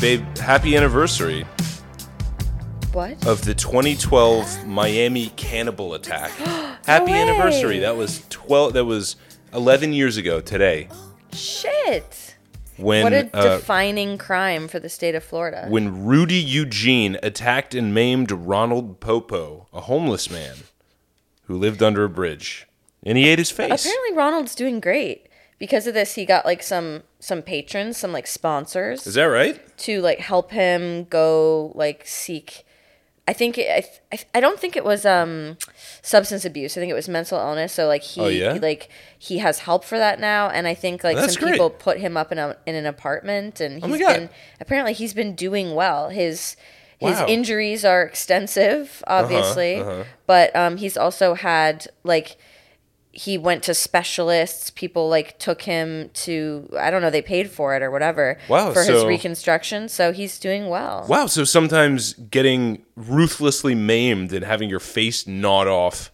babe, happy anniversary What? of the 2012 Miami cannibal attack. happy way. anniversary. That was 12 that was 11 years ago today Shit. when what a uh, defining crime for the state of Florida. when Rudy Eugene attacked and maimed Ronald Popo, a homeless man who lived under a bridge, and he ate his face. Apparently Ronald's doing great. Because of this, he got like some some patrons, some like sponsors. Is that right? to like help him go like seek i think it, I, th- I don't think it was um substance abuse i think it was mental illness so like he Oh, yeah? like he has help for that now and i think like That's some great. people put him up in, a, in an apartment and Oh my he's God. been apparently he's been doing well his his Wow. Uh-huh, injuries are extensive obviously but um he's also had like he went to specialists. People like took him to I don't know. They paid for it or whatever Wow, for his so- reconstruction. So he's doing well. Wow, so sometimes getting ruthlessly maimed and having your face gnawed off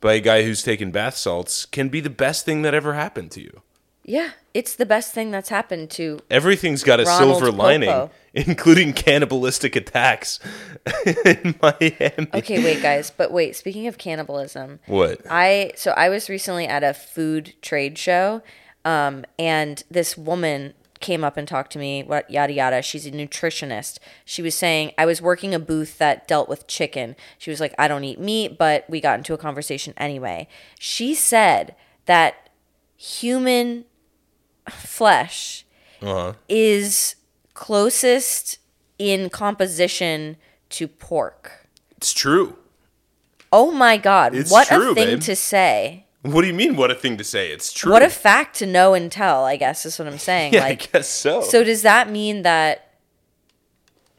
by a guy who's taken bath salts can be the best thing that ever happened to you. Yeah, it's the best thing that's happened to. Everything's got a Ronald silver lining, Popo. including cannibalistic attacks in Miami. Okay, wait, guys, but wait. Speaking of cannibalism, What? I so I was recently at a food trade show, um, and this woman came up and talked to me. What yada yada. She's a nutritionist. She was saying I was working a booth that dealt with chicken. She was like, I don't eat meat, but we got into a conversation anyway. She said that human flesh Uh-huh. is closest in composition to pork. It's true. Oh my god, It's what true, a thing babe. to say. What do you mean? What a thing to say. It's true. What a fact to know and tell, I guess is what I'm saying. yeah, like I guess so. so does that mean that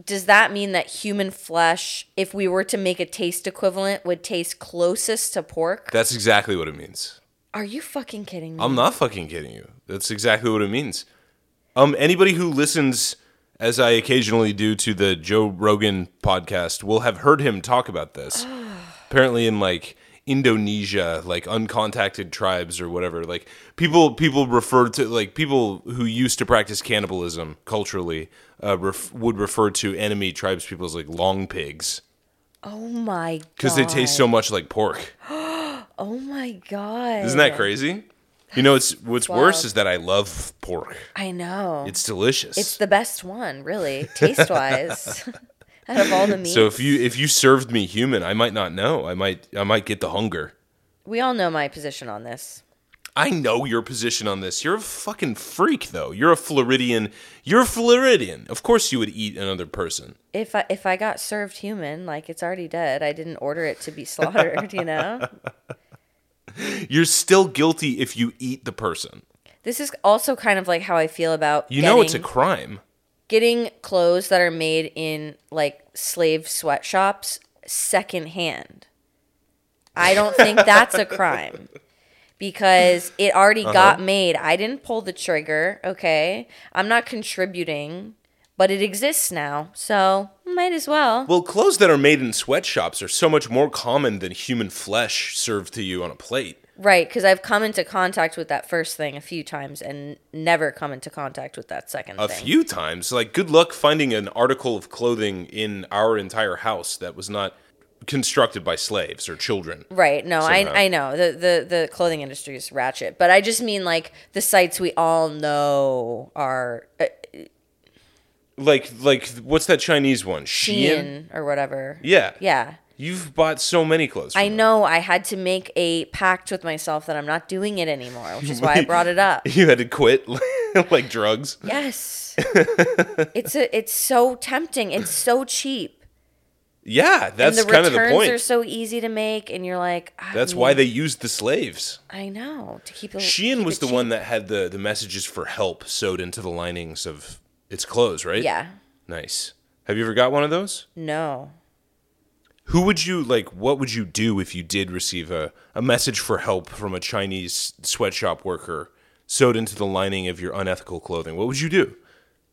does that mean that human flesh, if we were to make a taste equivalent, would taste closest to pork? That's exactly what it means. Are you fucking kidding me? I'm not fucking kidding you. That's exactly what it means. Um, anybody who listens, as I occasionally do, to the Joe Rogan podcast will have heard him talk about this. Apparently, in like Indonesia, like uncontacted tribes or whatever, like people people refer to like people who used to practice cannibalism culturally uh, ref- would refer to enemy tribes people as like long pigs oh my god. because they taste so much like pork. Oh my god. Isn't that crazy? You know, it's what's worse wild. is that I love pork. I know. It's It's delicious. it's the best one, really, taste wise. Out of all the meats. so if you if you served me human, I might not know. I might I might get the hunger. we all know my position on this. I know your position on this. You're a fucking freak though. You're a Floridian. You're a Floridian. Of course you would eat another person. if I if I got served human, like it's already dead. I didn't order it to be slaughtered, you know? You're still guilty if you eat the person. This is also kind of like how I feel about You getting, know it's a crime. getting clothes that are made in like slave sweatshops secondhand. I don't think that's a crime because it already Uh-huh. got made. I didn't pull the trigger, okay? I'm not contributing, but it exists now. So, might as well. Well, clothes that are made in sweatshops are so much more common than human flesh served to you on a plate. Right, because I've come into contact with that first thing a few times and never come into contact with that second a thing. few times. Like, good luck finding an article of clothing in our entire house that was not constructed by slaves or children. Right, no, Somehow. I I know the, the the clothing industry is ratchet, but I just mean like the sites we all know are uh, Like, like what's that Chinese one? Shein. Shein or whatever. Yeah. yeah. You've bought so many clothes. I from know I had to make a pact with myself that I'm not doing it anymore, which is why I brought it up. them. You had to quit like drugs. Yes, it's a, it's so tempting. It's so cheap. Yeah, that's and the kind of returns the point. are so easy to make, and you're like, I that's why need- they used the slaves. I know to keep it. Shein keep was it the cheap. one that had the the messages for help sewed into the linings of its clothes, right? Yeah. Nice. Have you ever got one of those? No. Who would you like? What would you do if you did receive a, a message for help from a Chinese sweatshop worker sewed into the lining of your unethical clothing? What would you do?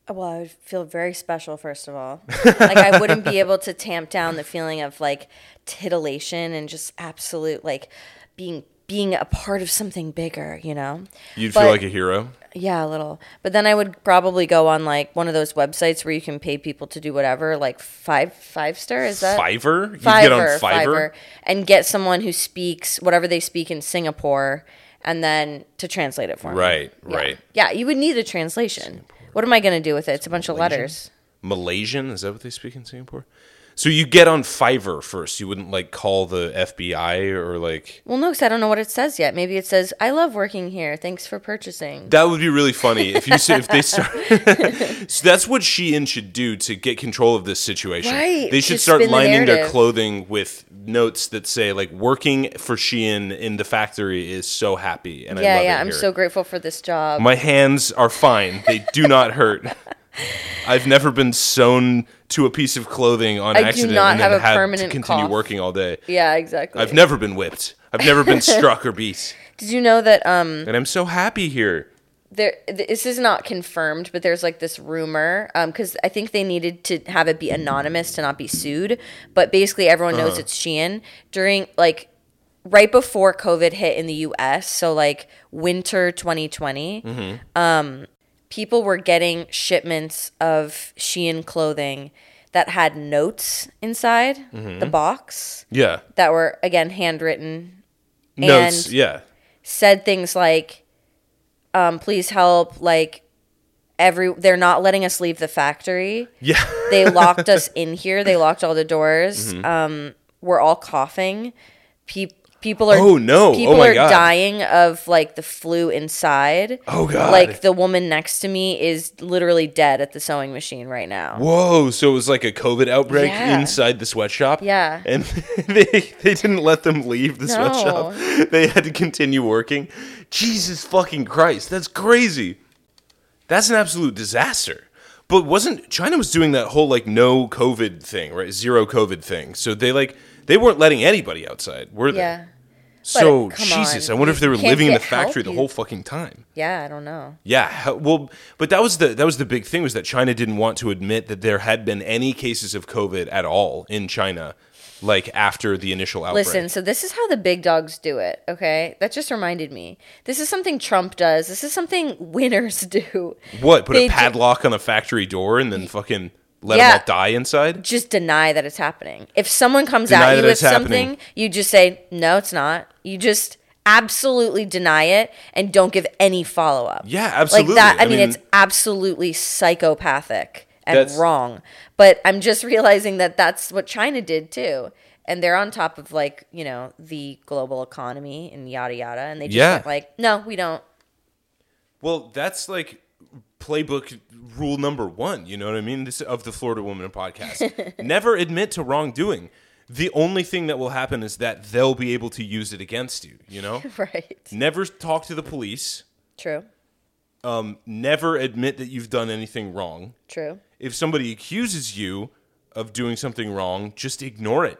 Well, I would feel very special first of all. like I wouldn't be able to tamp down the feeling of like titillation and just absolute like being being a part of something bigger, you know? You'd But- feel like a hero. Yeah, a little. But then I would probably go on like one of those websites where you can pay people to do whatever, like five five star is that Fiverr? You'd Fiverr, get on Fiverr? Fiverr, and get someone who speaks whatever they speak in Singapore, and then to translate it for me. Right, Yeah. right. Yeah, you would need a translation. What am I going to do with it? It's a bunch of letters. Malaysian? Is that what they speak in Singapore? So you get on Fiverr first. You wouldn't like call the FBI or like Well, no, because I don't know what it says yet. Maybe it says, "I love working here. Thanks for purchasing." that would be really funny if you say if they start. so that's what Shein should do to get control of this situation. Right, They should just start spin the lining their narrative. clothing with notes that say like "working for Shein in the factory is so happy and I yeah, love yeah. it I'm here. so grateful for this job. My hands are fine. They do not hurt. I've never been sewn to a piece of clothing on I do accident not and have then a had permanent to continue cough. working all day. yeah, exactly. I've never been whipped. I've never been struck or beat. Did you know that um, And I'm so happy here. there th- this is not confirmed but there's like this rumor because i think they needed to have it be anonymous to not be sued but basically everyone knows it's shein during like right before covid hit in the us so like winter 2020 um, people were getting shipments of shein clothing that had notes inside the box Yeah. that were again handwritten Notes. And- Yeah. said things like, um, "Please help!" Like every they're not letting us leave the factory. Yeah. They locked us in here. They locked all the doors. Mm-hmm. Um, we're all coughing. Peop people are Oh, no. Oh, People my are God. dying of like the flu inside. Oh, God. Like the woman next to me is literally dead at the sewing machine right now. Whoa. So it was like a COVID outbreak Yeah. inside the sweatshop. Yeah. And they, they didn't let them leave the sweatshop. They had to continue working. Jesus fucking Christ. That's crazy. That's an absolute disaster. But wasn't China was doing that whole like no COVID thing, right? Zero COVID thing. So they like they weren't letting anybody outside, were they? Yeah. So But, come Jesus, on, I wonder if they you were can't living in the get help, factory the you- whole fucking time. Yeah, I don't know. Yeah, how- well, but that was the that was the big thing was that China didn't want to admit that there had been any cases of COVID at all in China, like after the initial outbreak. Listen, so this is how the big dogs do it, okay? That just reminded me. This is something Trump does. This is something winners do. what? Put they a ju- padlock on a factory door and then fucking let Yeah. them all die inside? Just deny that it's happening. If someone comes Deny at you that with it's happening. something, you just say, no, it's not. You just absolutely deny it and don't give any follow up. Yeah, absolutely. Like that, I, I mean, mean- it's absolutely psychopathic and That's- wrong. But I'm just realizing that that's what China did too. And they're on top of like, you know, the global economy and yada yada. And they just Yeah. went like, no, we don't. Well, that's like playbook rule number one. You know what I mean? This of the Florida Woman podcast. Never admit to wrongdoing. The only thing that will happen is that they'll be able to use it against you. You know. Right. Never talk to the police. True. Um, Never admit that you've done anything wrong. True. If somebody accuses you of doing something wrong, just ignore it.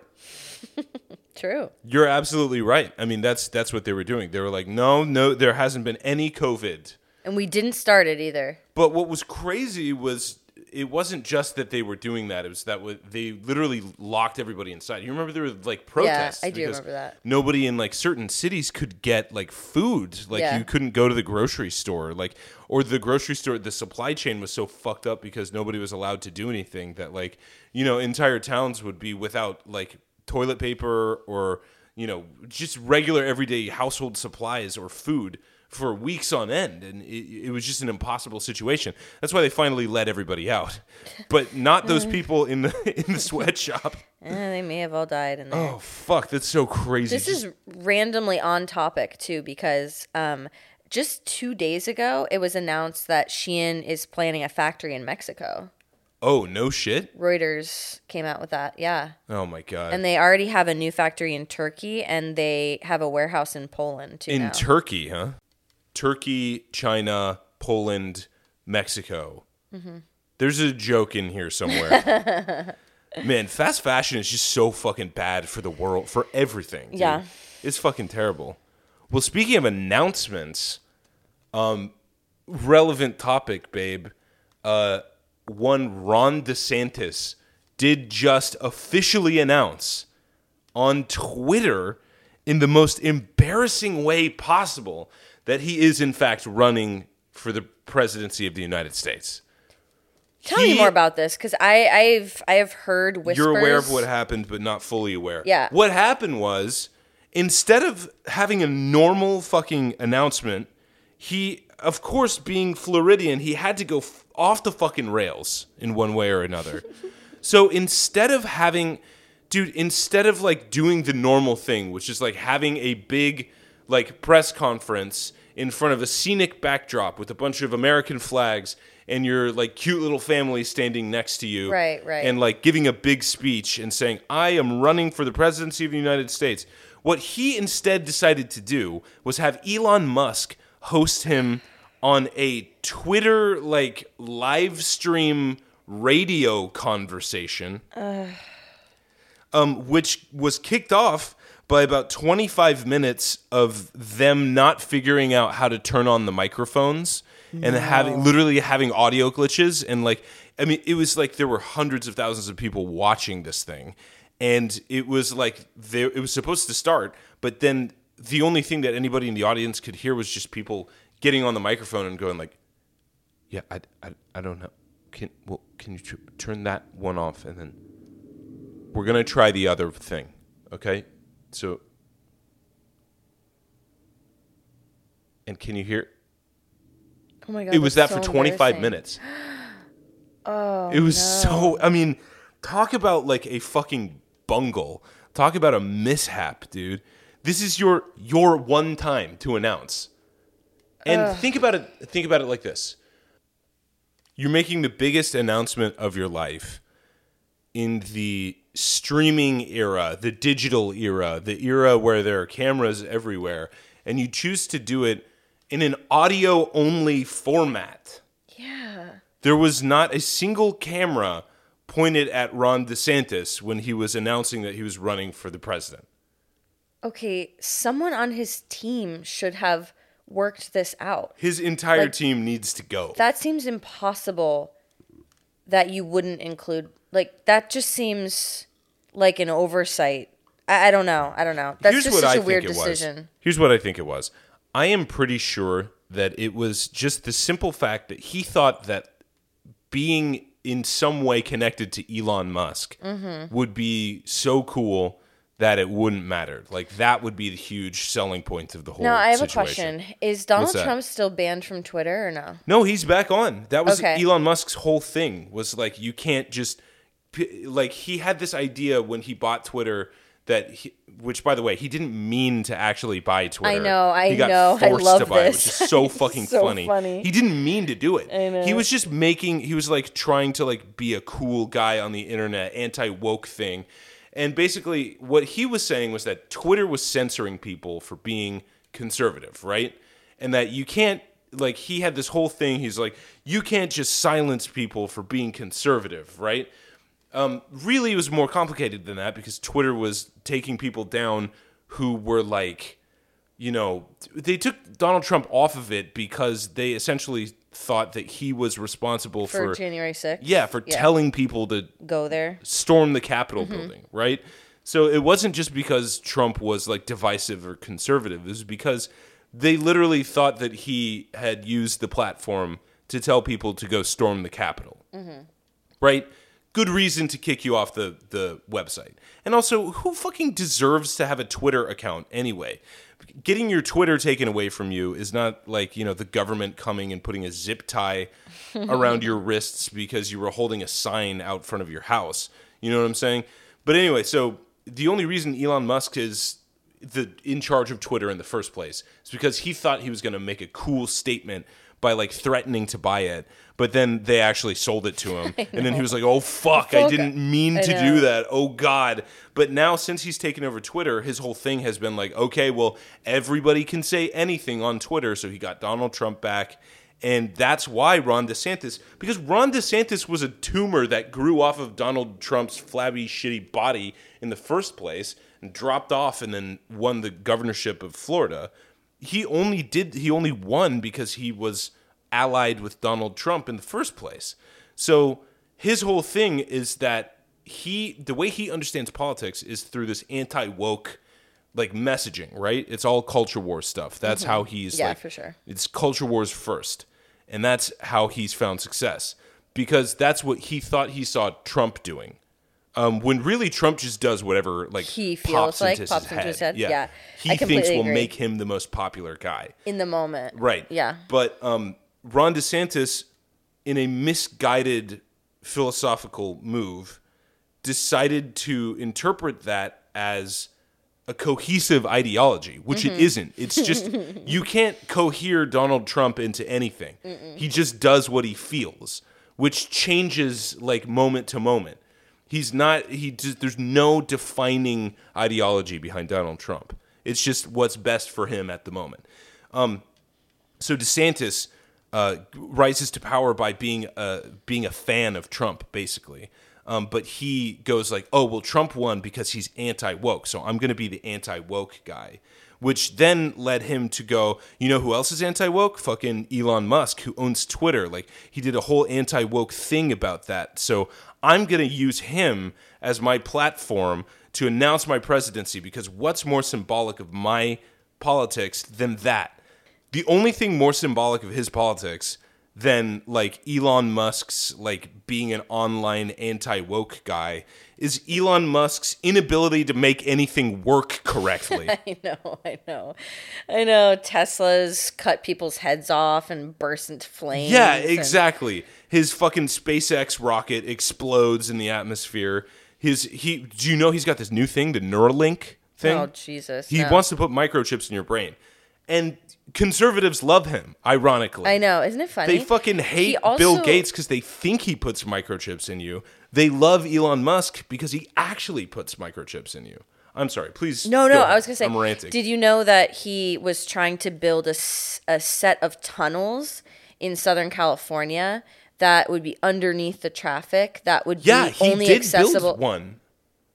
True. You're absolutely right. I mean, that's that's what they were doing. They were like, "No, no, there hasn't been any COVID." And we didn't start it either. But what was crazy was it wasn't just that they were doing that. It was that wa- they literally locked everybody inside. You remember there were like protests. I do because remember that. Nobody in like certain cities could get like food. Like Yeah. you couldn't go to the grocery store. Like or the grocery store. The supply chain was so fucked up because nobody was allowed to do anything that like you know entire towns would be without like toilet paper or you know just regular everyday household supplies or food for weeks on end and it, it was just an impossible situation that's why they finally let everybody out but not Mm. those people in the in the sweatshop Eh, they may have all died in there. oh fuck that's so crazy This is randomly on topic too, because um, just two days ago it was announced that Shein is planning a factory in Mexico. oh no shit Reuters came out with that, yeah, oh my god and they already have a new factory in Turkey, and they have a warehouse in Poland too. in now. turkey huh turkey china poland mexico there's a joke in here somewhere man fast fashion is just so fucking bad for the world for everything dude. Yeah. it's fucking terrible well speaking of announcements um relevant topic babe uh one ron desantis did just officially announce on Twitter in the most embarrassing way possible that he is, in fact, running for the presidency of the United States. Tell He- me more about this because I I've I have heard whispers. You're aware of what happened, but not fully aware. Yeah. What happened was instead of having a normal fucking announcement, he, of course, being Floridian, he had to go f- off the fucking rails in one way or another. so instead of having, dude, instead of like doing the normal thing, which is like having a big like press conference in front of a scenic backdrop with a bunch of American flags and your like cute little family standing next to you Right, right. and like giving a big speech and saying, I am running for the presidency of the United States. What he instead decided to do was have Elon Musk host him on a Twitter like live stream radio conversation, um, which was kicked off by about 25 minutes of them not figuring out how to turn on the microphones and having literally having audio glitches and like i mean it was like there were hundreds of thousands of people watching this thing and it was like they, it was supposed to start but then the only thing that anybody in the audience could hear was just people getting on the microphone and going like yeah i, I, I don't know can well can you tr- turn that one off and then we're gonna try the other thing okay so and can you hear Oh my god! it was that that's for so 25 embarrassing. minutes. Oh. It was so I mean, talk about like a fucking bungle. Talk about a mishap, dude. This is your your one time to announce. And think about it think about it like this. You're making the biggest announcement of your life in the streaming era, the digital era, the era where there are cameras everywhere, and you choose to do it in an audio only format. Yeah. There was not a single camera pointed at Ron DeSantis when he was announcing that he was running for the president. Okay. Someone on his team should have worked this out. His entire team needs to go. That seems impossible. That you wouldn't include like that just seems like an oversight. I, I don't know. I don't know. That's just such a weird decision. was. Here's what I think it was. I am pretty sure that it was just the simple fact that he thought that being in some way connected to Elon Musk Mm-hmm. would be so cool that it wouldn't matter. Like that would be the huge selling point of the whole. No, I have situation. a question. Is Donald What's that? Trump still banned from Twitter or no? No, he's back on. That was Okay. Elon Musk's whole thing was like you can't just p- like he had this idea when he bought Twitter that he, which by the way he didn't mean to actually buy Twitter. know, I he got know, I Forced to love buy this. it, which is so fucking so funny. funny. He didn't mean to do it. I know. He was just making. He was like trying to like be a cool guy on the internet, anti woke thing, and basically what he was saying was that Twitter was censoring people for being conservative, right? And that you can't like he had this whole thing. He's like, you can't just silence people for being conservative, right? really it was more complicated than that because Twitter was taking people down who were like, you know, they took Donald Trump off of it because they essentially thought that he was responsible For, for, January 6th? yeah, for telling people to Go there. storm the Capitol building, right? So it wasn't just because Trump was like divisive or conservative. It was because they literally thought that he had used the platform to tell people to go storm the Capitol, right? Good reason to kick you off the the website. And also, who fucking deserves to have a Twitter account anyway? Getting your Twitter taken away from you is not like you know the government coming and putting a zip tie around your wrists because you were holding a sign out front of your house. You know what I'm saying? But anyway, so the only reason Elon Musk is the in charge of Twitter in the first place is because he thought he was going to make a cool statement by like threatening to buy it, but then they actually sold it to him, and then he was like, "Oh fuck, I Fuck, didn't mean to know. do that. Oh god." But now since he's taken over Twitter, his whole thing has been like, "Okay, well, everybody can say anything on Twitter." So he got Donald Trump back. And that's why Ron DeSantis, because Ron DeSantis was a tumor that grew off of Donald Trump's flabby, shitty body in the first place and dropped off and then won the governorship of Florida. He only did, he only won because he was allied with Donald Trump in the first place. So his whole thing is that he, the way he understands politics is through this anti woke like messaging, right? It's all culture war stuff. That's how he's Mm-hmm. Yeah, like, for sure. It's culture wars first, and that's how he's found success because that's what he thought he saw Trump doing. Um, when really Trump just does whatever like He feels like pops into his head. Yeah. he I thinks completely will agree. make him the most popular guy. in the moment. Right. Yeah. But um, Ron DeSantis, in a misguided philosophical move, decided to interpret that as a cohesive ideology, which it isn't. It's just, you can't cohere Donald Trump into anything. He just does what he feels, which changes like moment to moment. He's not, he just, there's no defining ideology behind Donald Trump. It's just what's best for him at the moment. So DeSantis uh, rises to power by being a, being a fan of Trump, basically. Um, but he goes like, "Oh well, Trump won because he's anti woke, so I'm going to be the anti woke guy," which then led him to go, "You know who else is anti woke? Fucking Elon Musk, who owns Twitter. Like he did a whole anti woke thing about that. So I'm going to use him as my platform to announce my presidency because what's more symbolic of my politics than that?" the only thing more symbolic of his politics than like Elon Musk's like being an online anti woke guy is Elon Musk's inability to make anything work correctly. I know, I know, I know. Tesla's cut people's heads off and burst into flames. yeah, and- exactly. His fucking SpaceX rocket explodes in the atmosphere. His he do you know he's got this new thing, the Neuralink thing? Oh Jesus! he no. wants to put microchips in your brain. And conservatives love him, ironically. I know, isn't it funny? They fucking hate also- Bill Gates because they think he puts microchips in you. They love Elon Musk because he actually puts microchips in you. I'm sorry, please. No, no, go I ahead. was gonna say. I'm ranting. Did you know that he was trying to build a, s- a set of tunnels in Southern California that would be underneath the traffic that would yeah, be he only did accessible? build one.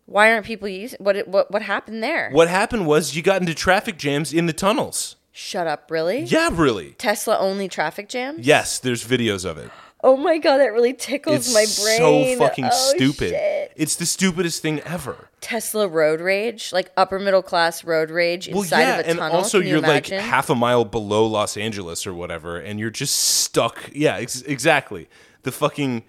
Why aren't people using? What it- what what happened there? What happened was you got into traffic jams in the tunnels. Shut up! Really? Yeah, really. Tesla only traffic jam? Yes, there's videos of it. Oh my god, that really tickles It's my so brain. fucking Oh, stupid. shit. It's the stupidest thing ever. Tesla road rage, like upper middle class road rage Well, inside yeah, of a and tunnel. also Can you you're imagine? like half a mile below Los Angeles or whatever, and you're just stuck. Yeah, ex- exactly. The fucking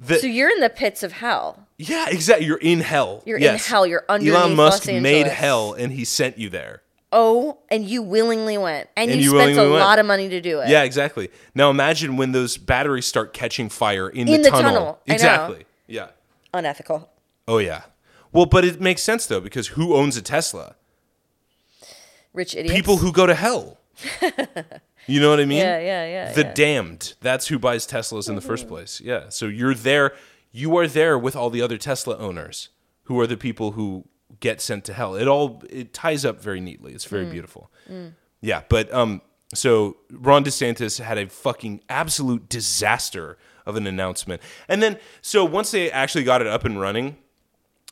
the So you're in the pits of hell. Yeah, exactly. You're in hell. You're in hell. You're underneath Elon Musk Los Angeles. made hell, and he sent you there. Oh, and you willingly went, and, And you you, spent a willingly went. lot of money to do it. Yeah, exactly. Now imagine when those batteries start catching fire in, In the the tunnel. tunnel. I know. Exactly. Yeah. unethical. Oh yeah. Well, but it makes sense though because who owns a Tesla? Rich idiots. People who go to hell. you know what I mean? Yeah, yeah, yeah, The yeah. Mm-hmm. damned. That's who buys Teslas in the first place. Yeah. So you're there. You are there with all the other Tesla owners, who are the people who get sent to hell. It all it ties up very neatly. It's Mm. very beautiful. Yeah, but um, so Ron DeSantis had a fucking absolute disaster of an announcement, and then so once they actually got it up and running,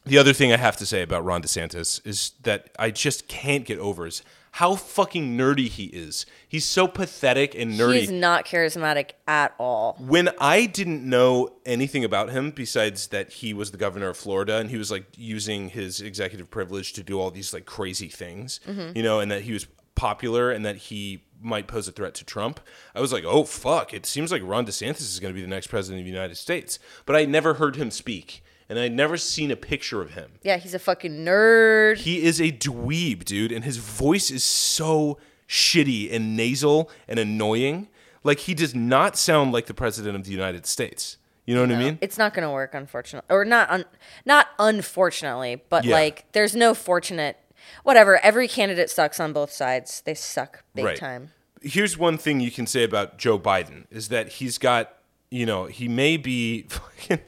the other thing I have to say about Ron DeSantis is that I just can't get over is how fucking nerdy he is. He's so pathetic and nerdy He's not charismatic at all. when I didn't know anything about him besides that he was the governor of Florida and he was like using his executive privilege to do all these like crazy things, you know, and that he was popular and that he might pose a threat to Trump, I was like, oh fuck, it seems like Ron DeSantis is going to be the next president of the United States. But I never heard him speak and I'd never seen a picture of him. Yeah, he's a fucking nerd. He is a dweeb, dude, and his voice is so shitty and nasal and annoying. Like he does not sound like the president of the United States. You know what I mean? it's not going to work unfortunately or not un- not unfortunately but Yeah. like there's no fortunate whatever every candidate sucks on both sides they suck big Right. time Here's one thing you can say about Joe Biden is that he's got, you know, he may be fucking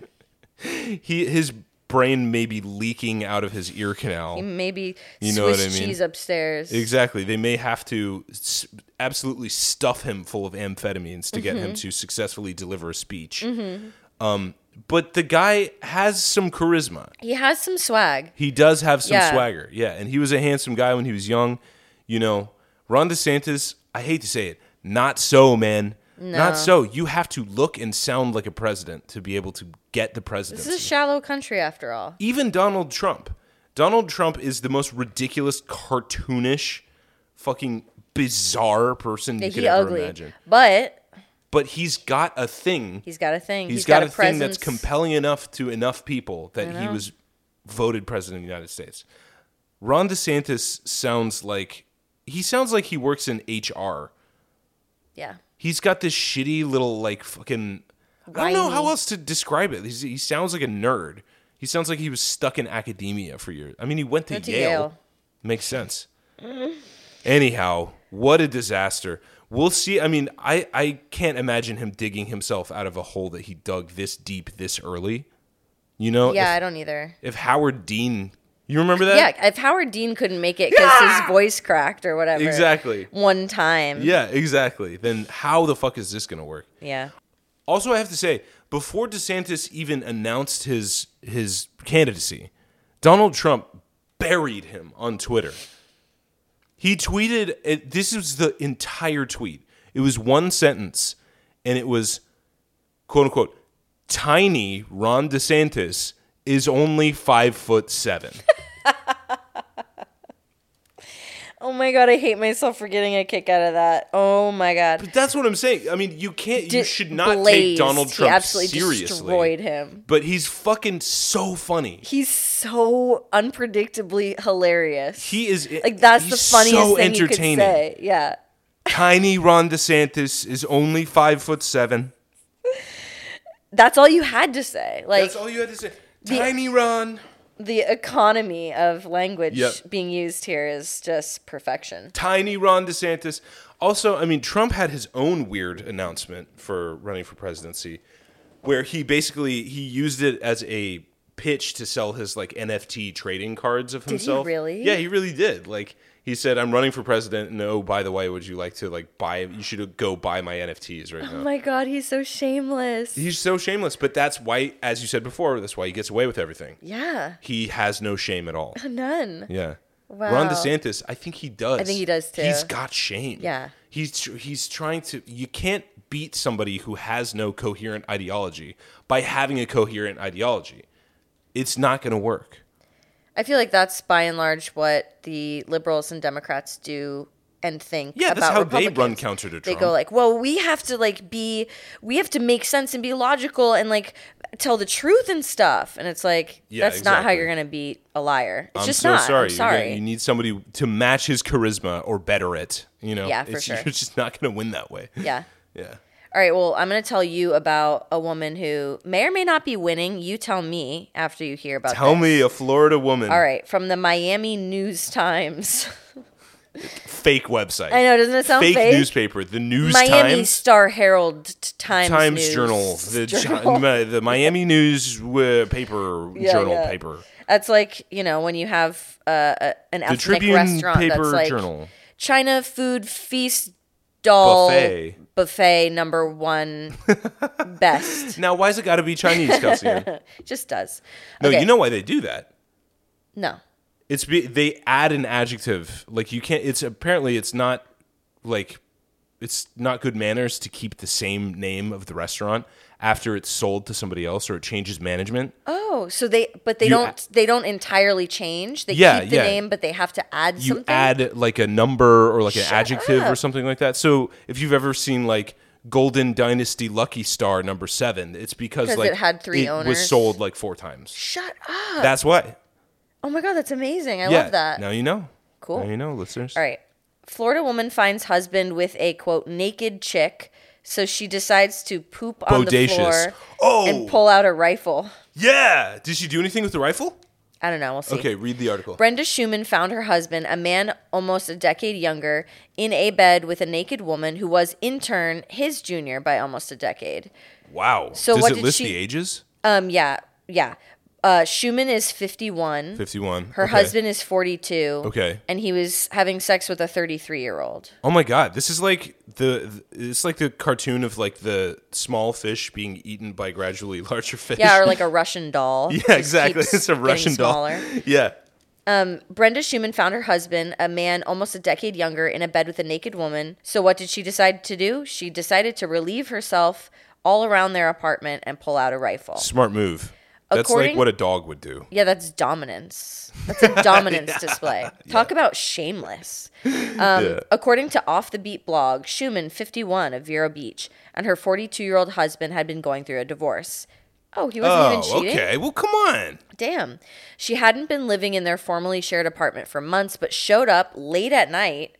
he his brain may be leaking out of his ear canal. maybe You know swiss what I mean? cheese upstairs Exactly. They may have to s- absolutely stuff him full of amphetamines to Mm-hmm. get him to successfully deliver a speech. Um, but the guy has some charisma. he has some swag He does have some Yeah. swagger. Yeah. And he was a handsome guy when he was young. You know, Ron DeSantis, I hate to say it, not so, man. No. Not so. You have to look and sound like a president to be able to get the this is a presidency. shallow country after all Even Donald Trump. Donald Trump is the most ridiculous, cartoonish, fucking bizarre person you could He ever ugly, imagine. but But he's got a thing. he's got a thing. he's got, a, thing presence. that's compelling enough to enough people that he was voted president of the United States. Ron DeSantis sounds like he sounds like he works in HR. yeah, He's got this shitty little like fucking. I don't know how Whiny. else to describe it. He's, he sounds like a nerd. He sounds like he was stuck in academia for years. I mean, he went to, Went to Yale. Yale. Makes sense. Anyhow, what a disaster. We'll see. I mean, I, I can't imagine him digging himself out of a hole that he dug this deep this early. You know, yeah. I if, don't either. if Howard Dean, you remember that? Yeah, if Howard Dean couldn't make it because his voice cracked or whatever, Exactly. One time, yeah. Yeah, exactly. Then how the fuck is this going to work? Also, I have to say, before DeSantis even announced his his candidacy, Donald Trump buried him on Twitter. He tweeted it, this is the entire tweet. It was one sentence and it was quote unquote tiny Ron DeSantis is only five foot seven. Oh my god, I hate myself for getting a kick out of that. Oh my god, But that's what I'm saying. I mean, you can't you Di- should not take blazed. Donald Trump He absolutely seriously. destroyed him. But he's fucking so funny. He's so unpredictably hilarious. He is eh, Like that's he's the funniest so thing you could entertaining. say. Yeah. Tiny Ron DeSantis is only five foot seven. That's all you had to say. Like That's all you had to say. Tiny Ron, the economy of language Yep. being used here is just perfection. tiny Ron DeSantis. Also, I mean, Trump had his own weird announcement for running for presidency, where he basically he used it as a pitch to sell his like NFT trading cards of himself. really? Yeah, he really did. Like he said, "I'm running for president." And oh, by the way, would you like to like buy? You should go buy my NFTs right now. Oh my god, he's so shameless. He's so shameless, but that's why, as you said before, that's why he gets away with everything. Yeah. He has no shame at all. None. Yeah. Ron Wow. DeSantis, I think he does. I think he does, too. He's got shame. Yeah. He's tr- he's trying to. You can't beat somebody who has no coherent ideology by having a coherent ideology. It's not going to work. I feel like that's by and large what the liberals and Democrats do and think. Yeah, about that's how they Republicans. run counter to They Trump. go like, "Well, we have to like be, we have to make sense and be logical and like tell the truth and stuff." And it's like Yeah, that's not how exactly. you're gonna beat a liar. It's I'm just so sorry. not. I'm You're gonna- sorry. you need somebody to match his charisma or better it. You know, Yeah, for It's- sure. You're just not going to win that way. yeah. Yeah. All right. Well, I'm gonna tell you about a woman who may or may not be winning. You tell me after you hear about. Tell this. me a Florida woman. All right, from the Miami News Times. Fake website. I know, doesn't it sound fake, fake? newspaper, the News Miami Times, Star Herald t- Times, Times News Journal, the Journal. Mi- the Miami News uh, paper Yeah, journal yeah. paper, That's like you know when you have uh, a, an the ethnic Tribune restaurant paper that's like journal. China food feast doll Buffet. buffet number one best. Now, why's it got to be Chinese, Kelsey? no, Just does. you know why they do that. No. It's be, they add an adjective like you can't. It's apparently it's not like it's not good manners to keep the same name of the restaurant after it's sold to somebody else or it changes management. Oh, so they but they You don't they don't entirely change. They Yeah, keep the yeah. name, but they have to add you something. add like a number or like an Shut adjective or up. something like that. So if you've ever seen like Golden Dynasty Lucky Star number seven, it's because 'Cause like it had three it was owners. sold like four times. Shut up! That's why. Oh my god, that's amazing. I yeah. love that. Now you know. Cool. Now you know, listeners. All right. Florida woman finds husband with a quote naked chick, so she decides to poop on Bodacious. the floor Oh! and pull out a rifle. Yeah. Did she do anything with the rifle? I don't know. We'll see. Okay, read the article. Brenda Schumann found her husband, a man almost a decade younger, in a bed with a naked woman who was in turn his junior by almost a decade. Wow. So Does what it did list she- the ages? Um, yeah, yeah. Uh, Schumann is fifty-one. Fifty-one. Her Okay. husband is forty-two. Okay. and he was having sex with a thirty-three-year-old. Oh my god, this is like the it's like the cartoon of like the small fish being eaten by gradually larger fish. Yeah, or like a Russian doll. yeah, exactly. It's a Russian doll. Yeah. Brenda Schumann found her husband, a man almost a decade younger, in a bed with a naked woman. So what did she decide to do? She decided to relieve herself all around their apartment and pull out a rifle. Smart move. That's like According- what a dog would do. Yeah, that's dominance. That's a dominance display. Talk about shameless. Um, yeah. According to Off the Beat blog, Schumann, 51, of Vero Beach, and her 42 year old husband had been going through a divorce. Oh, he wasn't even Oh, cheating? okay. Well, come on. Damn. She hadn't been living in their formerly shared apartment for months, but showed up late at night.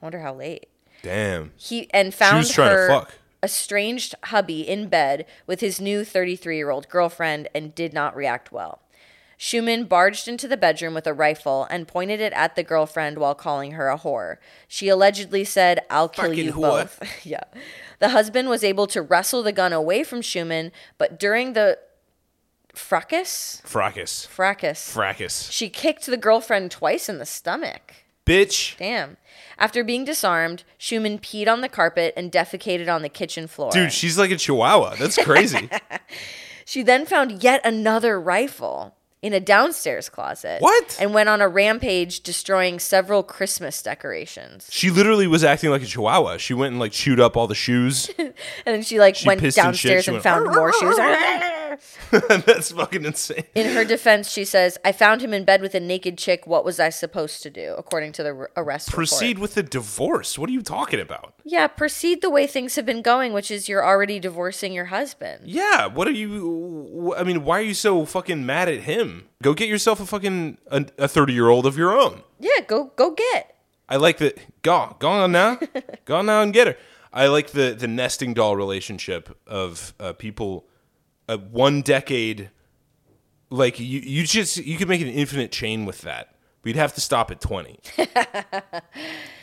wonder how late. Damn. He and found was trying to her fuck. estranged hubby in bed with his new 33 year old girlfriend and did not react well. Schumann barged into the bedroom with a rifle and pointed it at the girlfriend while calling her a whore. She allegedly said, I'll kill Fucking you whore. both. yeah. The husband was able to wrestle the gun away from Schumann, but during the fracas, Fracas. fracas, Fracas. she kicked the girlfriend twice in the stomach. Bitch. Damn. After being disarmed, Schumann peed on the carpet and defecated on the kitchen floor. Dude, she's like a chihuahua. That's crazy. She then found yet another rifle in a downstairs closet. What? And went on a rampage, destroying several Christmas decorations. she literally was acting like a chihuahua. She went and like chewed up all the shoes. And then she like went pissed and shit. downstairs She and, went, found more shoes. That's fucking insane. In her defense, she says, "I found him in bed with a naked chick. What was I supposed to do?" According to the r- arrest Proceed report. with the divorce. What are you talking about? Yeah, proceed the way things have been going, which is you're already divorcing your husband. Yeah, what are you? I mean, why are you so fucking mad at him? Go get yourself a fucking a thirty year old of your own. Yeah, go go get. I like the go go on now, go on now and get her. I like the the nesting doll relationship of uh, people. Uh, one decade, like you, you just you could make an infinite chain with that. We'd have to stop at twenty.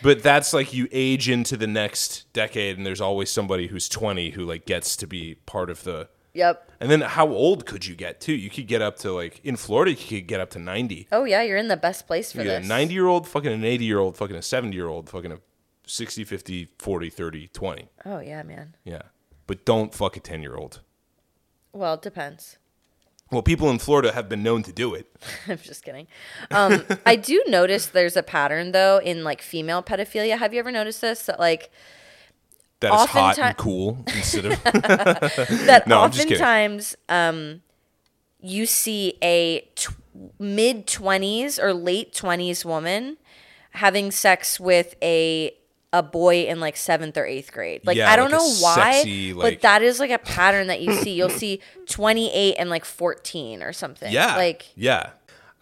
but that's like you age into the next decade, and there's always somebody who's twenty who like gets to be part of the. Yep. And then how old could you get too? You could get up to like in Florida, you could get up to ninety. Oh yeah, you're in the best place for You got this. a 90 year old, fucking an 80 year old, fucking a 70 year old, fucking a 60, 50, 40, 30, 20. Oh yeah, man. Yeah. But don't fuck a 10 year old. Well, it depends. Well, people in Florida have been known to do it. I'm just kidding. Um, I do notice there's a pattern though in like female pedophilia. Have you ever noticed this? That like That is hot Oftenti- and cool instead of. that No, I'm just kidding. oftentimes um, you see a tw- mid 20s or late 20s woman having sex with a a boy in like seventh or eighth grade. Like Yeah, I don't like a know why, sexy, like- but that is like a pattern that you see. You'll see 28 and like 14 or something. yeah. like yeah.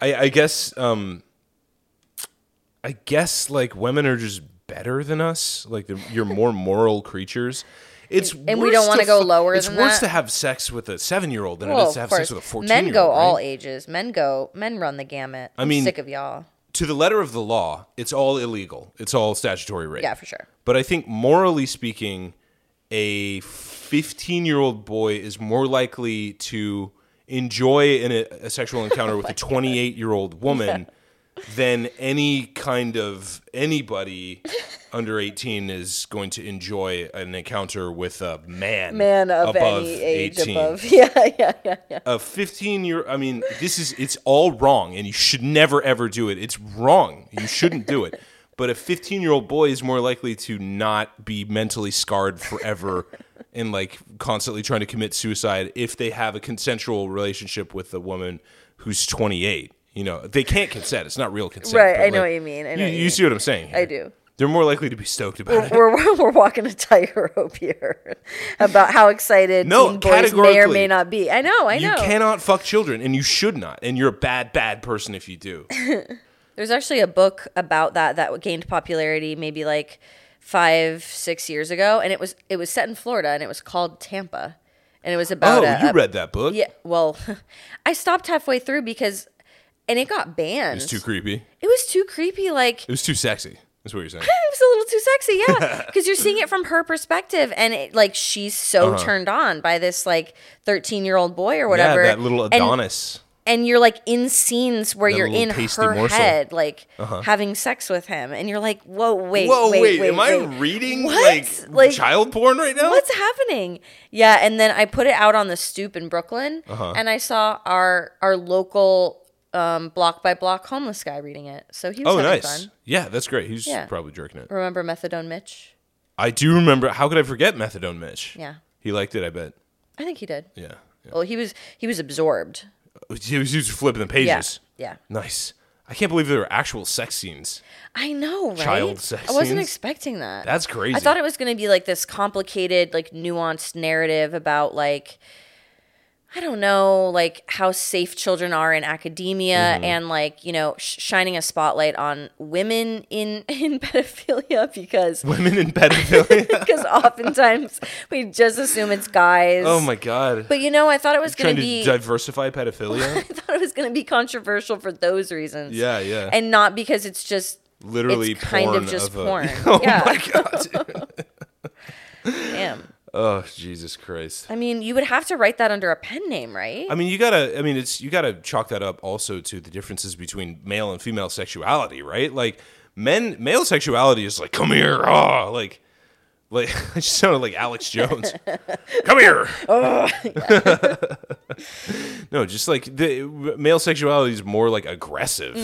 I, I guess, um, I guess like women are just better than us. Like the, you're more moral creatures. It's and we worse don't wanna go fu- lower It's than worse that. to have sex with a seven year old than it Well, is to of have course. sex with a fourteen. Men go all ages. Men go. Men run the gamut. I'm mean- sick of y'all. to the letter of the law, it's all illegal. It's all statutory rape. Yeah, for sure. But I think morally speaking, a 15 year old boy is more likely to enjoy an, a sexual encounter Oh with a 28 year old woman than any kind of anybody under 18 is going to enjoy an encounter with a man. Man of any age above. Yeah, yeah, yeah, yeah. A 15 year I mean, this is it's all wrong and you should never ever do it. It's wrong. You shouldn't do it. But a 15 year old boy is more likely to not be mentally scarred forever and like constantly trying to commit suicide if they have a consensual relationship with a woman who's 28. You know, they can't consent. It's not real consent. Right, but, I know like, what you mean, I know what you, you see what I'm saying? I here. do. They're more likely to be stoked about it. We're, we're walking a tightrope here about how excited No, teen boys may or categorically. may not be. I know, I You know. cannot fuck children, and you should not. And you're a bad, bad person if you do. There's actually a book about that that gained popularity maybe like five, six years ago, and it was it was set in Florida, and it was called Tampa, and it was about oh, a- you a- read that book? Yeah, well, I stopped halfway through because, and it got banned. It's too creepy. It was too creepy. Like It was too sexy. That's what you're saying. it was a little too sexy. Yeah, because you're seeing it from her perspective, and it, like she's so Uh-huh. turned on by this like 13 year old boy or yeah, whatever. that little and- Adonis. And, you're like in scenes where you're little in tasty her morsel. Uh-huh. head, like having sex with him, and you're like, whoa, wait, Whoa, wait, wait, wait, am I wait. reading What? like, Like, child porn right now? What's happening? Yeah, and then I put it out on the stoop in Brooklyn, Uh-huh. and I saw our our local um, block by block homeless guy reading it. So he was Oh, having nice. fun. Yeah, that's great. He's Yeah. probably jerking it. Remember methadone, Mitch? I do remember. How could I forget Methadone Mitch? Yeah. He liked it, I bet. I think he did. Yeah. yeah. Well, he was he was absorbed. He was just flipping the pages. Yeah. Nice. I can't believe there were actual sex scenes. I know, right? Child sex I wasn't scenes? expecting that. That's crazy. I thought it was going to be like this complicated, like nuanced narrative about like I don't know, like how safe children are in academia Mm-hmm. and like, you know, sh- shining a spotlight on women in in pedophilia because women in pedophilia. because oftentimes we just assume it's guys. oh my god. But you know, I thought it was going Trying to to be diversify pedophilia. I thought it was going to be controversial for those reasons. yeah, yeah. And not because it's just Literally, it's kind porn of just a- porn. oh Yeah. my god. dude. damn. oh Jesus Christ. I mean, you would have to write that under a pen name, right? I mean, you gotta. I mean, it's you gotta chalk that up also to the differences between male and female sexuality, right? Like, men, male sexuality is like, come here, ah, like, like I just sounded like Alex Jones. come here. Oh, no, just like the male sexuality is more like aggressive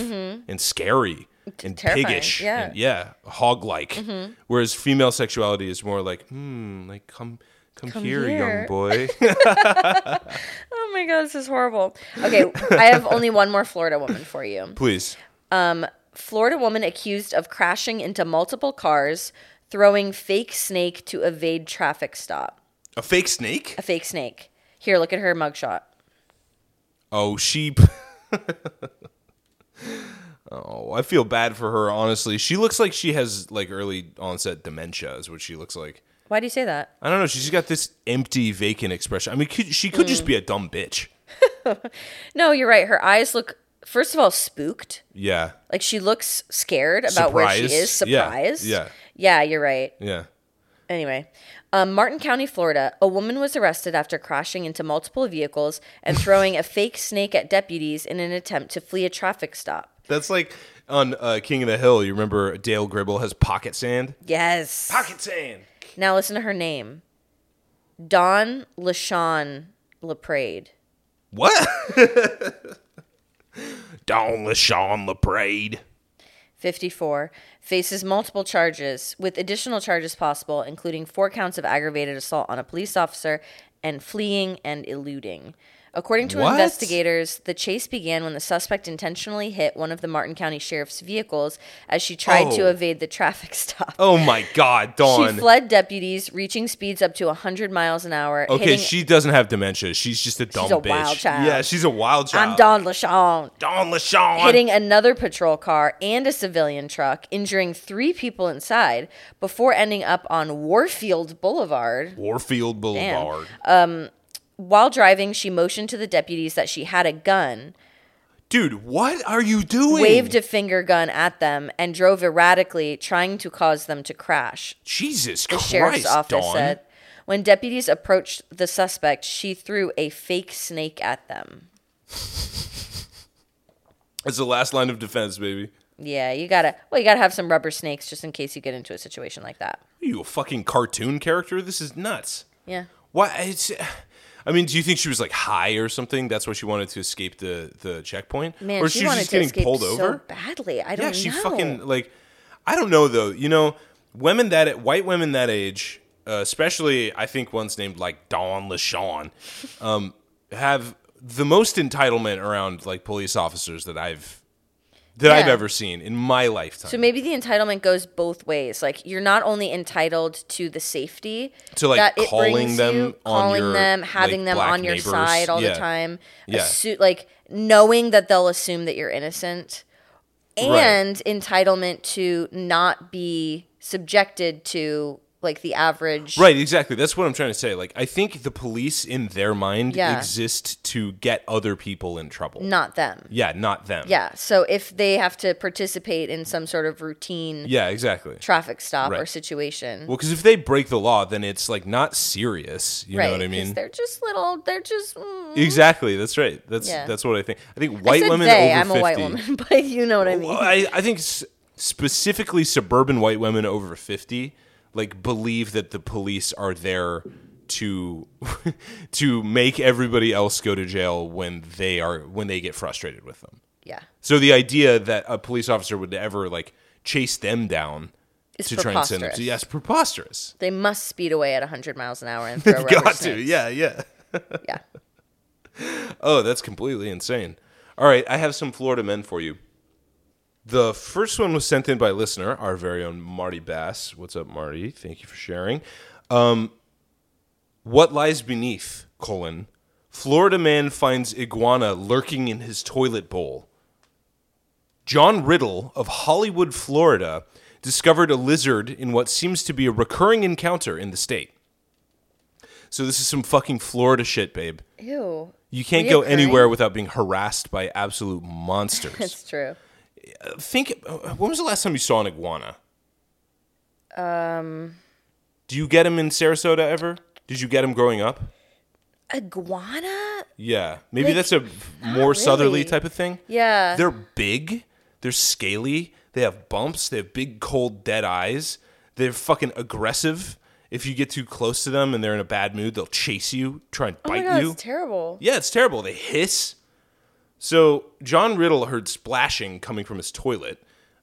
and scary and Mm-hmm. terrifying, piggish, yeah. Mm-hmm. and yeah, hog-like. Whereas female sexuality is more like, hmm, like come. Come, here, here. young boy. oh my god, this is horrible. Okay, I have only one more Florida woman for you. Please. Florida woman accused of crashing into multiple cars, throwing fake snake to evade traffic stop. A fake snake? A fake snake. Here, look at her mugshot. Oh, sheep. oh, I feel bad for her, honestly. She looks like she has like early onset dementia, is what she looks like. Why do you say that? I don't know. She's got this empty, vacant expression. I mean, could, she could just be a dumb bitch. No, you're right. Her eyes look first of all spooked. Yeah. Like she looks scared about where she is, Surprised. Yeah, surprised. yeah. Yeah, you're right. Yeah. Anyway, um, Martin County, Florida, a woman was arrested after crashing into multiple vehicles and throwing a fake snake at deputies in an attempt to flee a traffic stop. That's like on uh, King of the Hill. You remember Dale Gribble has pocket sand? Yes. Pocket sand. Now listen to her name Dawn LaShawn LaPrade. What? Don LaShawn LaPrade. 54 faces multiple charges with additional charges possible including four counts of aggravated assault on a police officer and fleeing and eluding according to What? investigators the chase began when the suspect intentionally hit one of the martin county sheriff's vehicles as she tried to Oh. evade the traffic stop Oh my God, Don. she fled deputies reaching speeds up to 100 miles an hour Okay, hitting, she doesn't have dementia. She's just a dumb a bitch. wild child. Yeah, she's a wild child. i'm don lashon Don LaShawn. hitting another patrol car and a civilian truck, injuring three people inside before ending up on Warfield Boulevard. Warfield Boulevard. While driving, she motioned to the deputies that she had a gun, Dude, what are you doing? waved a finger gun at them, and drove erratically, trying to cause them to crash. Jesus The Christ, sheriff's office Dawn. said. When deputies approached the suspect, she threw a fake snake at them. That's the last line of defense, baby. Yeah, you gotta. Well, you gotta have some rubber snakes just in case you get into a situation like that. Are you a fucking cartoon character? This is nuts. Yeah. Why? It's, I mean, do you think she was like high or something? That's why she wanted to escape the, the checkpoint? Man, or she, she was wanted just to getting escape pulled so over? badly. I don't Yeah, she know. fucking like. I don't know though. You know, women that white women that age, uh, especially I think ones named like Dawn LaShawn, um, have the most entitlement around like police officers that I've that I've Yeah. ever seen in my lifetime. So maybe the entitlement goes both ways. Like you're not only entitled to the safety To, like, that it calling brings them you, on calling your, them, having like, them black on your neighbors. side all Yeah. the time, Yeah. assu- like knowing that they'll assume that you're innocent, Right. and entitlement to not be subjected to like the average. Right, exactly. That's what I'm trying to say. Like, I think the police in their mind Yeah. exist to get other people in trouble. Not them. Yeah, not them. Yeah. So if they have to participate in some sort of routine Yeah, exactly. traffic stop or Right. situation, Well, because if they break the law, then it's like not serious. You right? know what I 'cause mean? They're just little. They're just. mm, Exactly. That's right. That's Yeah. that's what I think. I think I white said women they, over Oh. I'm 50, a white woman, but you know what I mean. Well, I, I think s- specifically suburban white women over 50 like believe that the police are there to to make everybody else go to jail when they are when they get frustrated with them. yeah. So the idea that a police officer would ever like chase them down It's to try and send them to preposterous. yes, preposterous. They must speed away at 100 miles an hour and throw rubber Got to. snakes. Yeah, yeah. Yeah. Oh, that's completely insane. All right, I have some Florida men for you. The first one was sent in by listener, our very own Marty Bass. What's up, Marty? Thank you for sharing. Um, what lies beneath, colon, Florida man finds iguana lurking in his toilet bowl. John Riddle of Hollywood, Florida, discovered a lizard in what seems to be a recurring encounter in the state. So this is some fucking Florida shit, babe. Ew. You can't go Reoccurring. anywhere without being harassed by absolute monsters. That's true. Think, uh, when was the last time you saw an iguana? Um. Um. Do you get them in Sarasota ever? Did you get them growing up? Iguana? Yeah, maybe Like, that's a more southerly really. type of thing. Yeah. They're big. They're scaly. They have bumps. They have big, cold, dead eyes. They're fucking aggressive. If you get too close to them and they're in a bad mood, they'll chase you, try and oh bite my god, you. it's terrible. yeah, it's terrible. They hiss. So John Riddle heard splashing coming from his toilet.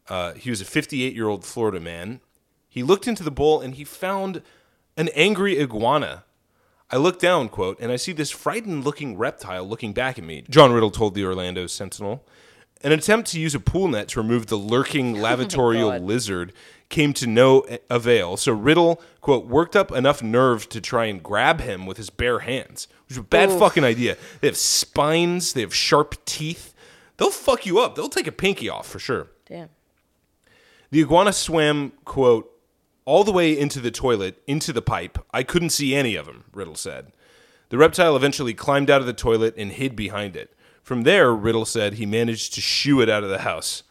Uh, he was a 58 year old Florida man. He looked into the bowl and he found an angry iguana. I look down, quote, and I see this frightened looking reptile looking back at me, John Riddle told the Orlando Sentinel. An attempt to use a pool net to remove the lurking lavatorial God. lizard came to no a- avail, so Riddle, quote, worked up enough nerve to try and grab him with his bare hands, which was a bad fucking idea. They have spines, they have sharp teeth. They'll fuck you up. They'll take a pinky off for sure. Damn. The iguana swam, quote, all the way into the toilet, into the pipe. I couldn't see any of them, Riddle said. The reptile eventually climbed out of the toilet and hid behind it. From there, Riddle said he managed to shoo it out of the house.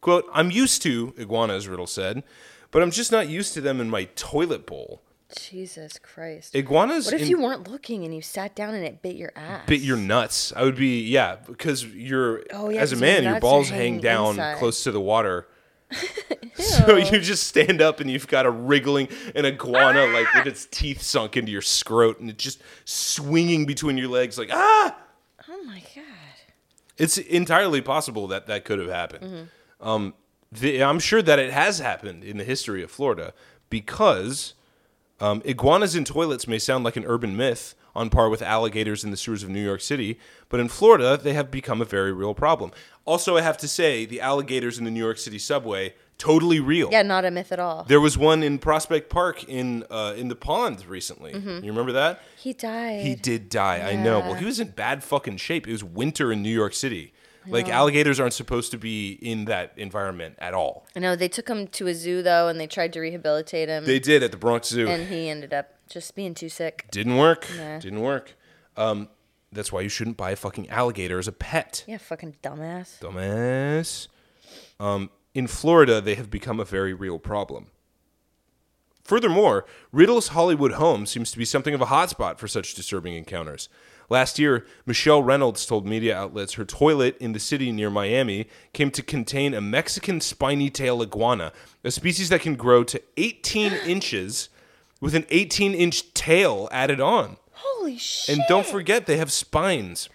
Quote, I'm used to iguanas, Riddle said, but I'm just not used to them in my toilet bowl. Jesus Christ. Iguanas what if in- you weren't looking and you sat down and it bit your ass? bit your nuts. I would be yeah, because you're Oh, yeah, as a 'cause your man, your nuts are balls hang hanging down inside. close to the water. so you just stand up and you've got a wriggling an iguana like with its teeth sunk into your scrot and it's just swinging between your legs like ah. Oh my god. It's entirely possible that that could have happened. Um, the, I'm sure that it has happened in the history of Florida because um, iguanas in toilets may sound like an urban myth on par with alligators in the sewers of New York City, but in Florida, they have become a very real problem. Also, I have to say, the alligators in the New York City subway, totally real. Yeah, not a myth at all. There was one in Prospect Park in uh, in the pond recently. You remember that? He died. He did die. I know. Well, Yeah. he was in bad fucking shape. It was winter in New York City. Like alligators aren't supposed to be in that environment at all. I know they took him to a zoo though, and they tried to rehabilitate him, They did at the Bronx Zoo. and he ended up just being too sick. Didn't work. Nah. Didn't work. Um, that's why you shouldn't buy a fucking alligator as a pet. Yeah, fucking dumbass. Dumbass. Um, in Florida, they have become a very real problem. Furthermore, Riddle's Hollywood home seems to be something of a hotspot for such disturbing encounters. Last year, Michelle Reynolds told media outlets her toilet in the city near Miami came to contain a Mexican spiny tail iguana, a species that can grow to 18 inches with an 18 inch tail added on. Holy shit! And don't forget, they have spines.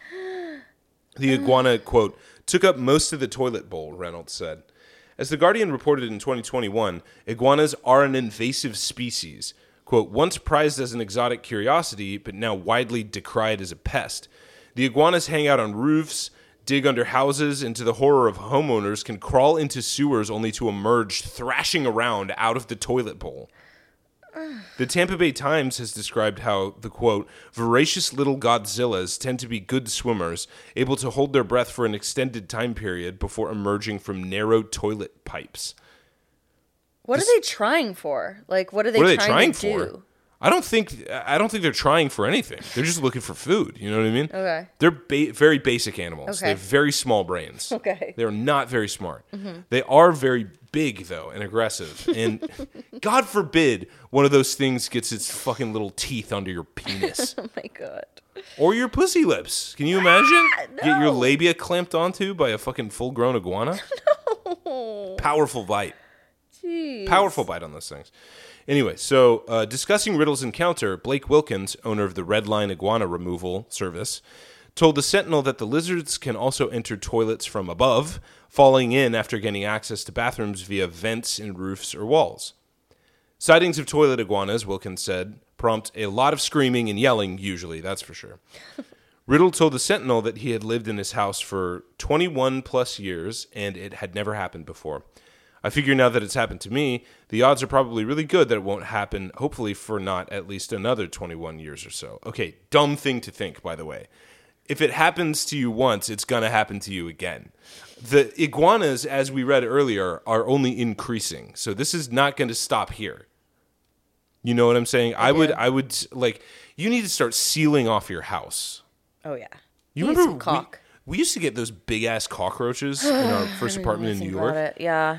The iguana, quote, took up most of the toilet bowl, Reynolds said. As The Guardian reported in 2021, iguanas are an invasive species, quote, once prized as an exotic curiosity, but now widely decried as a pest. The iguanas hang out on roofs, dig under houses, and to the horror of homeowners, can crawl into sewers only to emerge thrashing around out of the toilet bowl. The Tampa Bay Times has described how the quote, voracious little Godzillas tend to be good swimmers, able to hold their breath for an extended time period before emerging from narrow toilet pipes. what are they trying for? Like, what are they, What are they trying trying, to for? do? I don't think I don't think they're trying for anything. They're just looking for food. You know what I mean? Okay. They're ba- very basic animals. Okay. They have very small brains. Okay. Mm-hmm. They're not very smart. They are very big though and aggressive. And God forbid one of those things gets its fucking little teeth under your penis. Oh my god. Or your pussy lips. Can you imagine? Get your no. labia clamped onto by a fucking full grown iguana? Oh, Powerful bite. jeez. Powerful bite on those things. Anyway, so uh, discussing Riddle's encounter, Blake Wilkins, owner of the Red Line Iguana Removal Service, told the Sentinel that the lizards can also enter toilets from above, falling in after getting access to bathrooms via vents in roofs or walls. Sightings of toilet iguanas, Wilkins said, prompt a lot of screaming and yelling, usually, that's for sure. Riddle told the Sentinel that he had lived in his house for 21 plus years and it had never happened before. I figure now that it's happened to me, the odds are probably really good that it won't happen, hopefully, for not at least another 21 years or so. Okay, dumb thing to think, by the way. If it happens to you once, it's going to happen to you again. The iguanas, as we read earlier, are only increasing. So this is not going to stop here. You know what I'm saying? I would, I would, like, you need to start sealing off your house. Oh yeah. You Need remember some caulk. We, we used to get those big ass cockroaches in our first apartment in New Think York, about it. Yeah.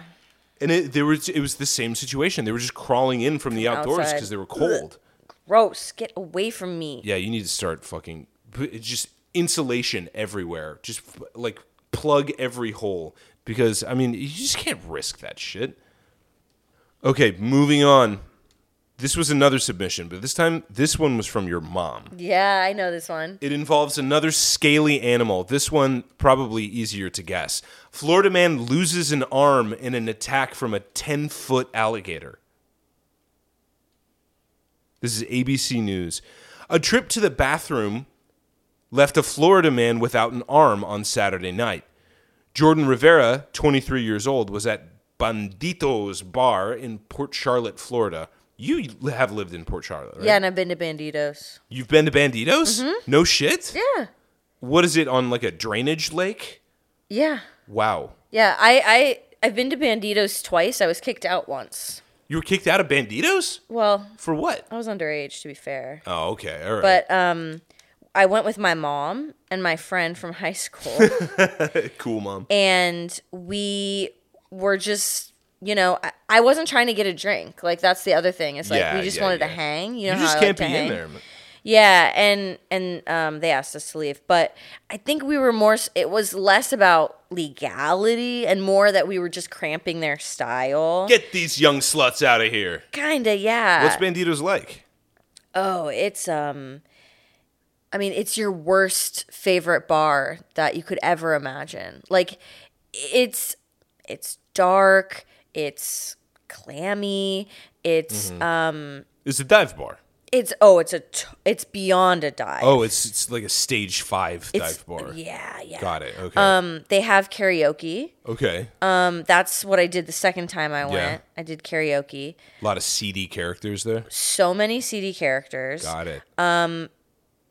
and it, there was it was the same situation. They were just crawling in from the outdoors outside. because they were cold. Gross. Get away from me. Yeah, you need to start fucking p- it's just insulation everywhere. Just f- like plug every hole because I mean you just can't risk that shit. Okay, moving on. This was another submission, but this time this one was from your mom. Yeah, I know this one. It involves another scaly animal. This one probably easier to guess. Florida man loses an arm in an attack from a 10 foot alligator. This is ABC News. A trip to the bathroom left a Florida man without an arm on Saturday night. Jordan Rivera, 23 years old, was at Bandito's Bar in Port Charlotte, Florida. You have lived in Port Charlotte, right? Yeah, and I've been to Banditos. You've been to Banditos? No shit? Yeah. what is it on like a drainage lake? Yeah. Wow. Yeah. I, I I've been to Banditos twice. I was kicked out once. You were kicked out of Banditos? Well, For what? I was underage to be fair. Oh, okay. All right. But um I went with my mom and my friend from high school cool, mom. and we were just you know, I, I wasn't trying to get a drink. Like that's the other thing. It's like Yeah, we just yeah, wanted yeah. to hang. You know, You how just I like can't to be hang. in there. man. Yeah, and and um, they asked us to leave, but I think we were more. s- It was less about legality and more that we were just cramping their style. Get these young sluts out of here. Kinda, yeah. What's Banditos like? oh, it's um, I mean, it's your worst favorite bar that you could ever imagine. Like, it's it's dark, it's clammy, it's Mm-hmm. um, It's a dive bar. it's oh, it's a t- it's beyond a dive. Oh, it's it's like a stage five dive bar. Yeah, yeah. Got it. Okay. Um, they have karaoke. okay. Um, that's what I did the second time I went. Yeah. I did karaoke. a lot of seedy characters there. So many CD characters. Got it. um,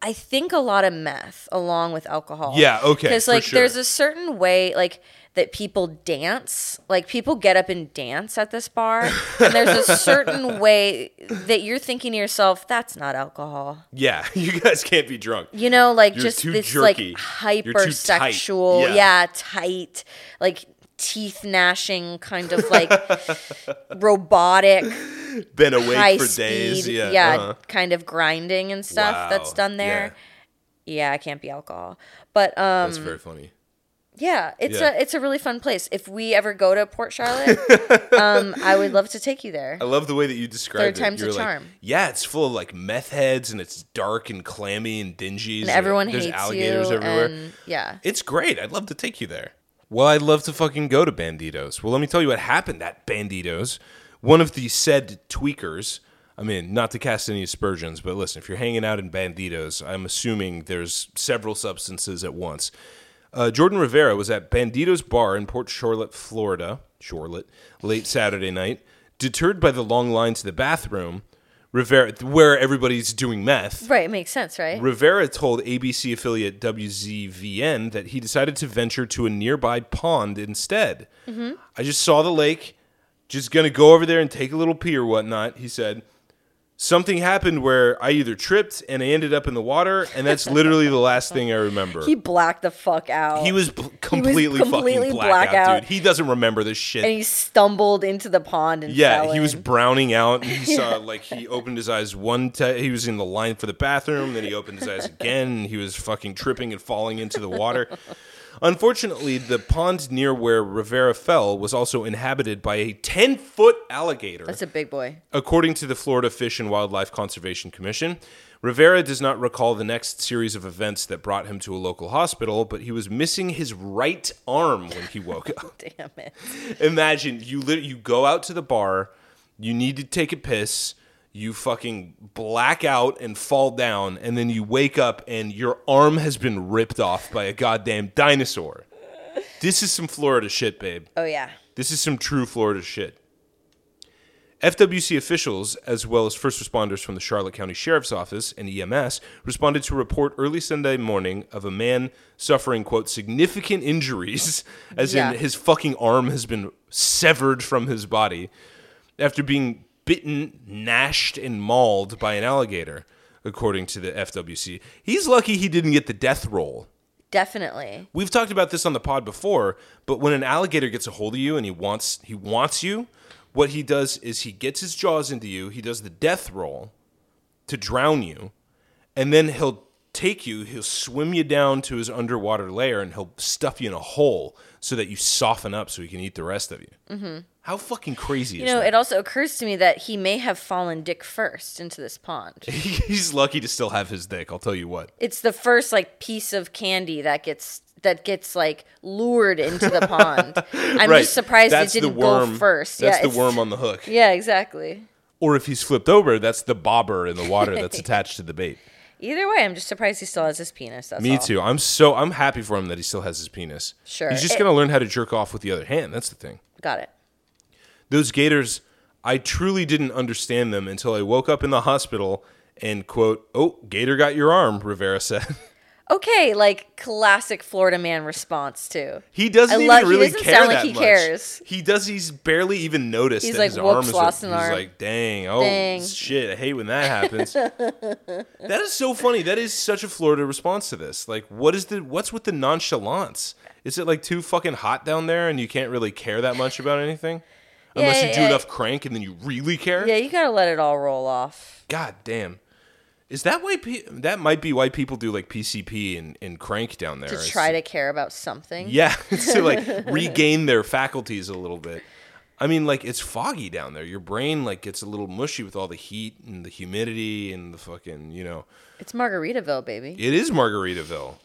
I think a lot of meth along with alcohol. Yeah, okay, Because for like sure. there's a certain way like that people dance. Like people get up and dance at this bar, and there's a certain way that you're thinking to yourself, "That's not alcohol." yeah, you guys can't be drunk. You know, like You're just too this jerky. You're like too hypersexual, tight. Yeah. yeah. tight, like teeth gnashing kind of like robotic Been awake high for speed, days. Yeah. yeah, uh-huh. kind of grinding and stuff that's Wow, done there. Yeah. it can't be alcohol, but um, That's very funny. yeah, it's yeah. a it's a really fun place. If we ever go to Port Charlotte, um, I would love to take you there. I love the way that you described Third it. time's You're the like, charm. Yeah, it's full of like meth heads, and it's dark and clammy and dingy. And everyone there's hates alligators you, everywhere. and yeah, It's great. I'd love to take you there. Well, I'd love to fucking go to Banditos. Well, let me tell you what happened at Banditos. One of the said tweakers. I mean, not to cast any aspersions, but listen, if you're hanging out in Banditos, I'm assuming there's several substances at once. Uh, Jordan Rivera was at Bandito's Bar in Port Charlotte, Florida, Charlotte, late Saturday night. Deterred by the long line to the bathroom, Rivera, where everybody's doing meth, right. It makes sense, right? Rivera told ABC affiliate WZVN that he decided to venture to a nearby pond instead. Mm-hmm. I just saw the lake, just gonna go over there and take a little pee or whatnot, he said. Something happened where I either tripped and I ended up in the water, and that's literally the last thing I remember. he He, blacked the fuck out. was bl- completely, completely fucking blackout, blackout. dude. He doesn't remember this shit. and he stumbled into the pond and Yeah, fell he was in. browning out. And he saw like he opened his eyes one time. He was in the line for the bathroom. Then he opened his eyes again. And he was fucking tripping and falling into the water. Unfortunately, the pond near where Rivera fell was also inhabited by a ten foot alligator. That's a big boy. According to the Florida Fish and Wildlife Conservation Commission, Rivera does not recall the next series of events that brought him to a local hospital, but he was missing his right arm when he woke up. Damn it. Imagine you lit- you go out to the bar, you need to take a piss, you fucking black out and fall down, and then you wake up and your arm has been ripped off by a goddamn dinosaur. This is some Florida shit, babe. Oh yeah. This is some true Florida shit. FWC officials, as well as first responders from the Charlotte County Sheriff's Office and EMS, responded to a report early Sunday morning of a man suffering, quote, significant injuries, as Yeah. in his fucking arm has been severed from his body, after being bitten, gnashed, and mauled by an alligator, according to the FWC. He's lucky he didn't get the death roll. Definitely. We've talked about this on the pod before, but when an alligator gets a hold of you and he wants he wants you, what he does is he gets his jaws into you, he does the death roll to drown you, and then he'll take you, he'll swim you down to his underwater lair and he'll stuff you in a hole so that you soften up so he can eat the rest of you. Mm-hmm. How fucking crazy You is know, that? it also occurs to me that he may have fallen dick first into this pond. He's lucky to still have his dick, I'll tell you what. It's the first like piece of candy that gets that gets like lured into the pond. I'm Right. just surprised That's it the didn't worm. go first. That's yeah, the it's- worm on the hook. Yeah, exactly. Or if he's flipped over, that's the bobber in the water that's attached to the bait. Either way, I'm just surprised he still has his penis. That's Me all. too. I'm so I'm happy for him that he still has his penis. Sure. He's just It- gonna learn how to jerk off with the other hand. That's the thing. Got it. Those gators, I truly didn't understand them until I woke up in the hospital and quote, "Oh, gator got your arm," Rivera said. Okay, like classic Florida man response too. He doesn't I even love- he really doesn't care sound like that he much. cares. He does. He's barely even noticed. He's that like, his arm "Whoops, is lost an he's arm." like, dang, oh Dang. shit, I hate when that happens. that is so funny. That is such a Florida response to this. Like, what is the what's with the nonchalance? Is it like too fucking hot down there and you can't really care that much about anything, unless you yeah, do yeah. enough crank and then you really care? Yeah, you gotta let it all roll off. God damn. Is that why pe- that might be why people do like PCP and, and crank down there? To It's try to care about something. yeah, to like regain their faculties a little bit. I mean, like it's foggy down there. Your brain like gets a little mushy with all the heat and the humidity and the fucking, you know. It's Margaritaville, baby. It is Margaritaville.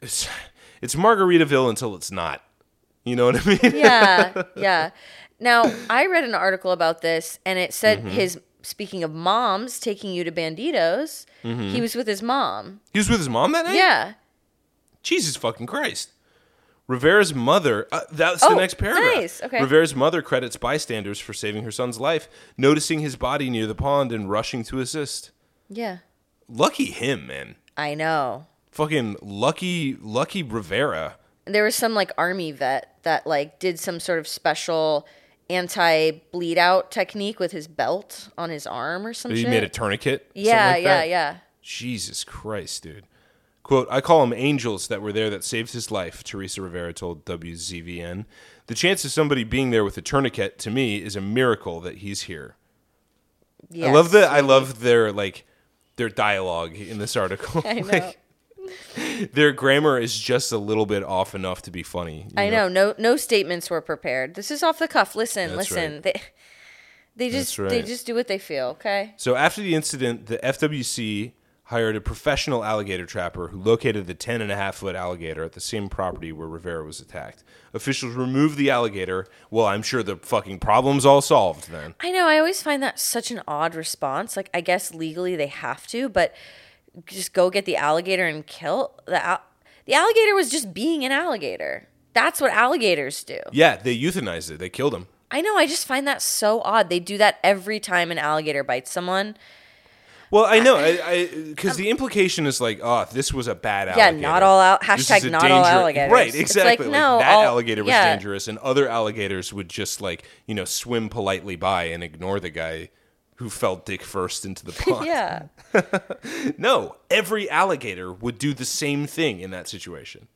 It's it's Margaritaville until it's not. You know what I mean? Yeah, yeah. Now, I read an article about this and it said Mm-hmm. his speaking of moms taking you to Banditos, Mm-hmm. he was with his mom. He was with his mom that night? Yeah. Jesus fucking Christ. Rivera's mother, uh, that's the Oh, next paragraph. nice, okay. Rivera's mother credits bystanders for saving her son's life, noticing his body near the pond and rushing to assist. Yeah. Lucky him, man. I know. fucking lucky lucky rivera there was some like army vet that like did some sort of special anti bleed out technique with his belt on his arm or some he shit. made a tourniquet something yeah, like yeah, that? yeah. jesus christ dude quote i call them angels that were there that saved his life teresa rivera told wzvn the chance of somebody being there with a tourniquet to me is a miracle that he's here i love Yes. that i love their like their dialogue in this article I know. Like, their grammar is just a little bit off enough to be funny you I know. No, no statements were prepared. This is off the cuff. Listen, That's listen. They, they just, That's they right. just do what they feel. Okay. So after the incident, the FWC hired a professional alligator trapper who located the 10 and a half foot alligator at the same property where Rivera was attacked. Officials removed the alligator. Well, I'm sure the fucking problem's all solved then. I know. I always find that such an odd response. Like, I guess legally they have to, but just go get the alligator and kill the al- the alligator was just being an alligator. That's what alligators do. Yeah, they euthanized it. They killed him. I know. I just find that so odd. They do that every time an alligator bites someone. Well, I know, I because the implication is like, oh, this was a bad Yeah, alligator. not all al- This is hashtag a not all alligators. Right, It's exactly. like, no, that all- alligator was yeah. dangerous, and other alligators would just like you know swim politely by and ignore the guy who fell dick first into the pond. Yeah, No, every alligator would do the same thing in that situation.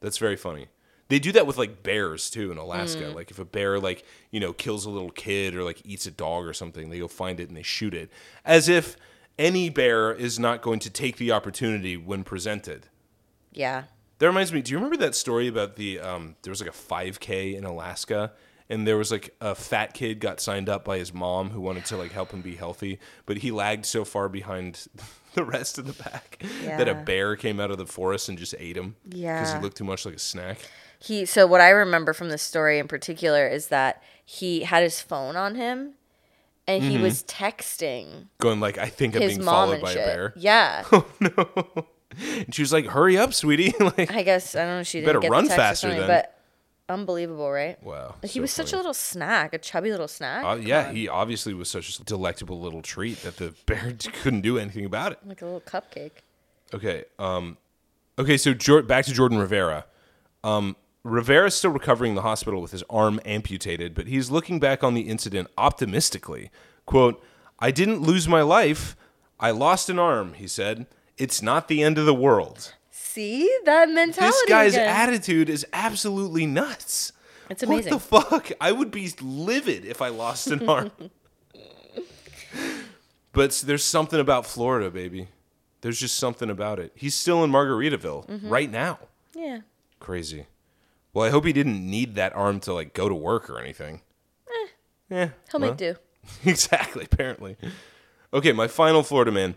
That's very funny. They do that with like bears too in Alaska. Like if a bear like, you know, kills a little kid or like eats a dog or something, they go find it and they shoot it. As if any bear is not going to take the opportunity when presented. yeah. That reminds me. Do you remember that story about the um? There was like a 5K in Alaska, and there was like a fat kid got signed up by his mom who wanted to like help him be healthy, but he lagged so far behind the rest of the pack that a Yeah. bear came out of the forest and just ate him. because he Yeah. looked too much like a snack. He. So what I remember from this story in particular is that he had his phone on him, and he was texting going like, I think I'm his Mm-hmm. being mom followed and by shit. a bear. Yeah, And she was like, hurry up, sweetie. like, I guess I don't know. if She didn't better get the run text or faster something, then. But unbelievable, right? wow. He was such a little snack, a chubby little snack. Uh, yeah, he obviously was such a delectable little treat that the bear couldn't do anything about it. like a little cupcake. Okay. Um, okay. So Jor- back to Jordan Rivera. Um, Rivera's still recovering in the hospital with his arm amputated, but he's looking back on the incident optimistically. "Quote: I didn't lose my life. I lost an arm," he said. "It's not the end of the world." See that mentality. This guy's again. attitude is absolutely nuts. It's amazing. What the fuck? I would be livid if I lost an arm. but s- there's something about Florida, baby. There's just something about it. He's still in Margaritaville Mm-hmm. right now. yeah. Crazy. Well, I hope he didn't need that arm to like go to work or anything. yeah. Eh. He'll well. make do. exactly, apparently. Okay, my final Florida man.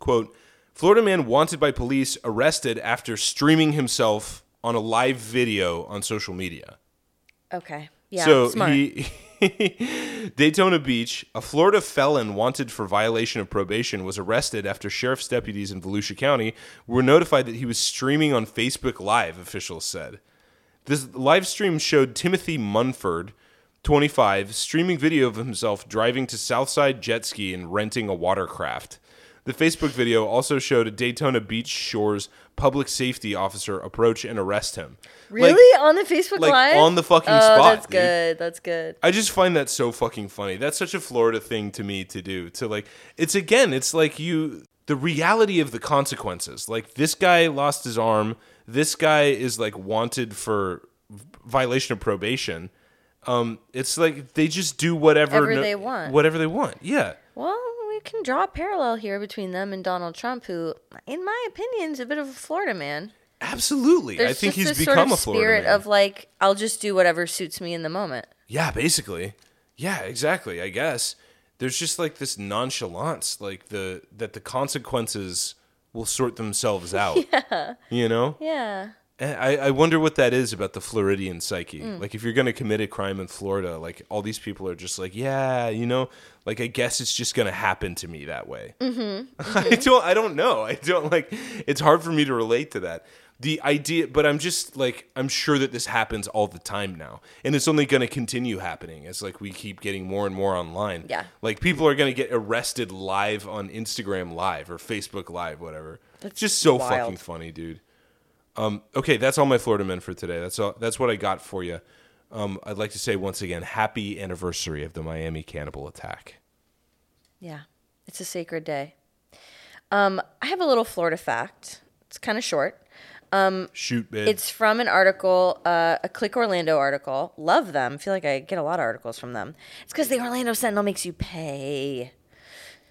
Quote Florida man wanted by police arrested after streaming himself on a live video on social media. Okay. Yeah. so smart. he. Daytona Beach, a Florida felon wanted for violation of probation was arrested after sheriff's deputies in Volusia County were notified that he was streaming on Facebook Live, officials said. This live stream showed Timothy Munford, 25, streaming video of himself driving to Southside jet ski and renting a watercraft. The Facebook video also showed a Daytona Beach Shores public safety officer approach and arrest him. Like, really on the Facebook like, Live? on the fucking oh, spot, That's dude. good. That's good. I just find that so fucking funny. That's such a Florida thing to me to do. To like, it's again, it's like you, the reality of the consequences. Like, this guy lost his arm. This guy is like wanted for v- violation of probation. Um, it's like they just do whatever Whatever they want. Whatever they want. Yeah. Well, we can draw a parallel here between them and Donald Trump, who, in my opinion, is a bit of a Florida man. Absolutely. I think he's this become sort of a Florida spirit man. of like, I'll just do whatever suits me in the moment. Yeah, basically. Yeah, exactly. I guess there's just like this nonchalance, like the that the consequences will sort themselves out. yeah. You know, Yeah. And I I wonder what that is about the Floridian psyche. Like, if you're gonna commit a crime in Florida, like all these people are just like, yeah, you know, like I guess it's just gonna happen to me that way. I don't I don't know. I don't like it's hard for me to relate to that. The idea but I'm just like I'm sure that this happens all the time now. And it's only going to continue happening as like we keep getting more and more online. Yeah. Like people are going to get arrested live on Instagram live or Facebook live whatever. That's just so wild. fucking funny, dude. Um okay, that's all my Florida men for today. That's all that's what I got for you. Um I'd like to say once again happy anniversary of the Miami cannibal attack. Yeah. It's a sacred day. Um, I have a little Florida fact. It's kind of short. Shoot, bitch. It's from an article, uh, a Click Orlando article. Love them. feel like I get a lot of articles from them. It's because the Orlando Sentinel makes you pay.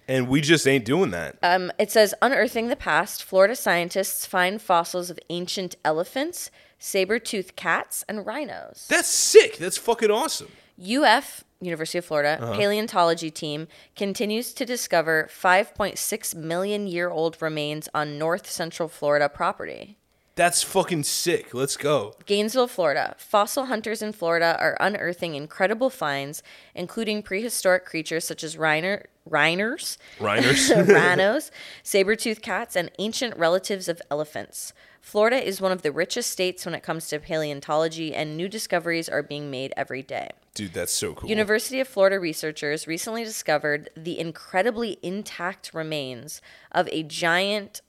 and we just ain't doing that. Um, it says Unearthing the Past, Florida scientists find fossils of ancient elephants, saber toothed cats, and rhinos. That's sick. That's fucking awesome. UF, University of Florida, paleontology team continues to discover 5.6 million year old remains on north central Florida property. That's fucking sick. Let's go. Gainesville, Florida. Fossil hunters in Florida are unearthing incredible finds, including prehistoric creatures such as rhino, rhiners, Reiners. rhinos, saber-toothed cats, and ancient relatives of elephants. Florida is one of the richest states when it comes to paleontology, and new discoveries are being made every day. Dude, that's so cool. University of Florida researchers recently discovered the incredibly intact remains of a giant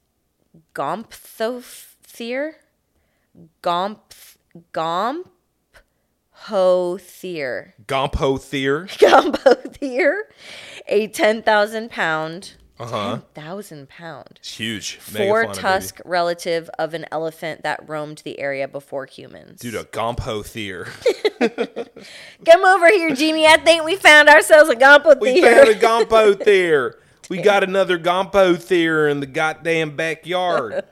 gomphotheer. Gomp gomphotheer. Gompothier. Gomphotheer, a 10,000 pound, 10,000 pound, Uh-huh. It's huge. Megafauna, four baby. tusk relative of an elephant that roamed the area before humans. Dude, uh, a Gompothier. Come over here, Jimmy. I think we found ourselves a gomphotheer. We found a Gompothier. We got another Gompothier in the goddamn backyard.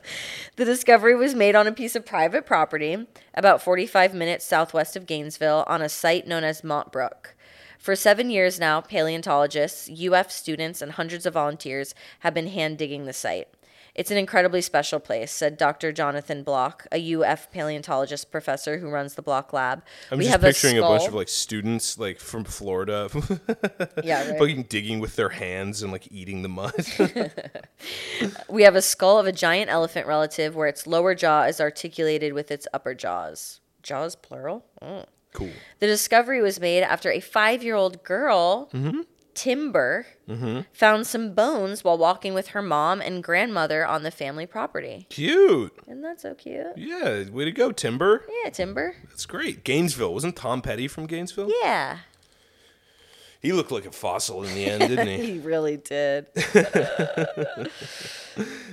The discovery was made on a piece of private property about 45 minutes southwest of Gainesville on a site known as Mont Brook. For seven years now, paleontologists, UF students, and hundreds of volunteers have been hand digging the site. It's an incredibly special place, said Dr. Jonathan Block, a UF paleontologist professor who runs the Block Lab. I'm just picturing a, bunch of like students like from Florida yeah, right. fucking digging with their hands and like eating the mud. we have a skull of a giant elephant relative where its lower jaw is articulated with its upper jaws. Jaws plural? Mm. cool. The discovery was made after a five year old girl, Mm-hmm. Timber, found some bones while walking with her mom and grandmother on the family property. Cute. Isn't that so cute? Yeah, way to go, Timber. Yeah, Timber. That's great. Gainesville. Wasn't Tom Petty from Gainesville? Yeah. He looked like a fossil in the end, didn't he? He really did.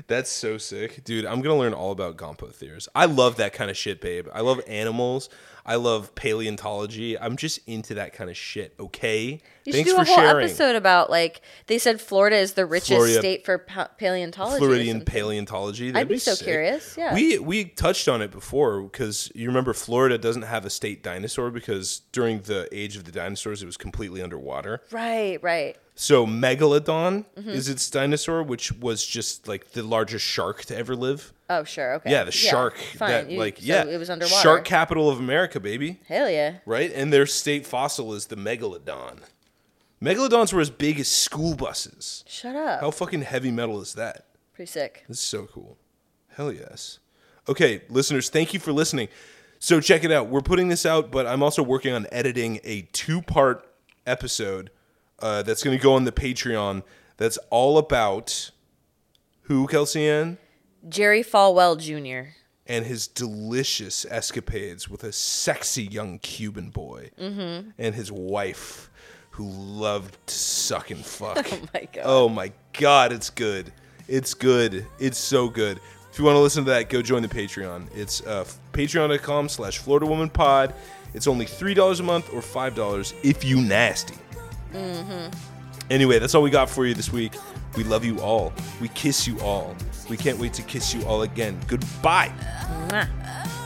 That's so sick. Dude, I'm going to learn all about Gompo theories. I love that kind of shit, babe. I love animals. I love paleontology. I'm just into that kind of shit, okay? You Thanks should do for a whole sharing. episode about like they said Florida is the richest Florida- state for pa- paleontology. or Floridian something. paleontology. I'd That'd be so sick. curious, yeah. we we touched on it before because you remember Florida doesn't have a state dinosaur because during the age of the dinosaurs it was completely underwater. right, right. So Megalodon Mm-hmm. is its dinosaur, which was just like the largest shark to ever live. Oh, sure. Okay. Yeah, the shark Fine. that you- like so yeah, it was underwater. Shark capital of America, baby. Hell yeah. Right, and their state fossil is the megalodon. Megalodons were as big as school buses. Shut up. How fucking heavy metal is that? Pretty sick. This is so cool. Hell yes. Okay, listeners, thank you for listening. So check it out. We're putting this out, but I'm also working on editing a two part episode uh, that's going to go on the Patreon that's all about who, Kelsey Ann? Jerry Falwell Jr. And his delicious escapades with a sexy young Cuban boy Mm-hmm. and his wife who loved to suck and fuck. Oh my god. Oh my god, it's good. It's good. It's so good. If you want to listen to that, go join the Patreon. It's uh, patreon.com slash Florida Woman Pod. It's only $3 a month or $5 if you nasty. Mm-hmm. Anyway, that's all we got for you this week. We love you all. We kiss you all. We can't wait to kiss you all again. Goodbye. Mwah. I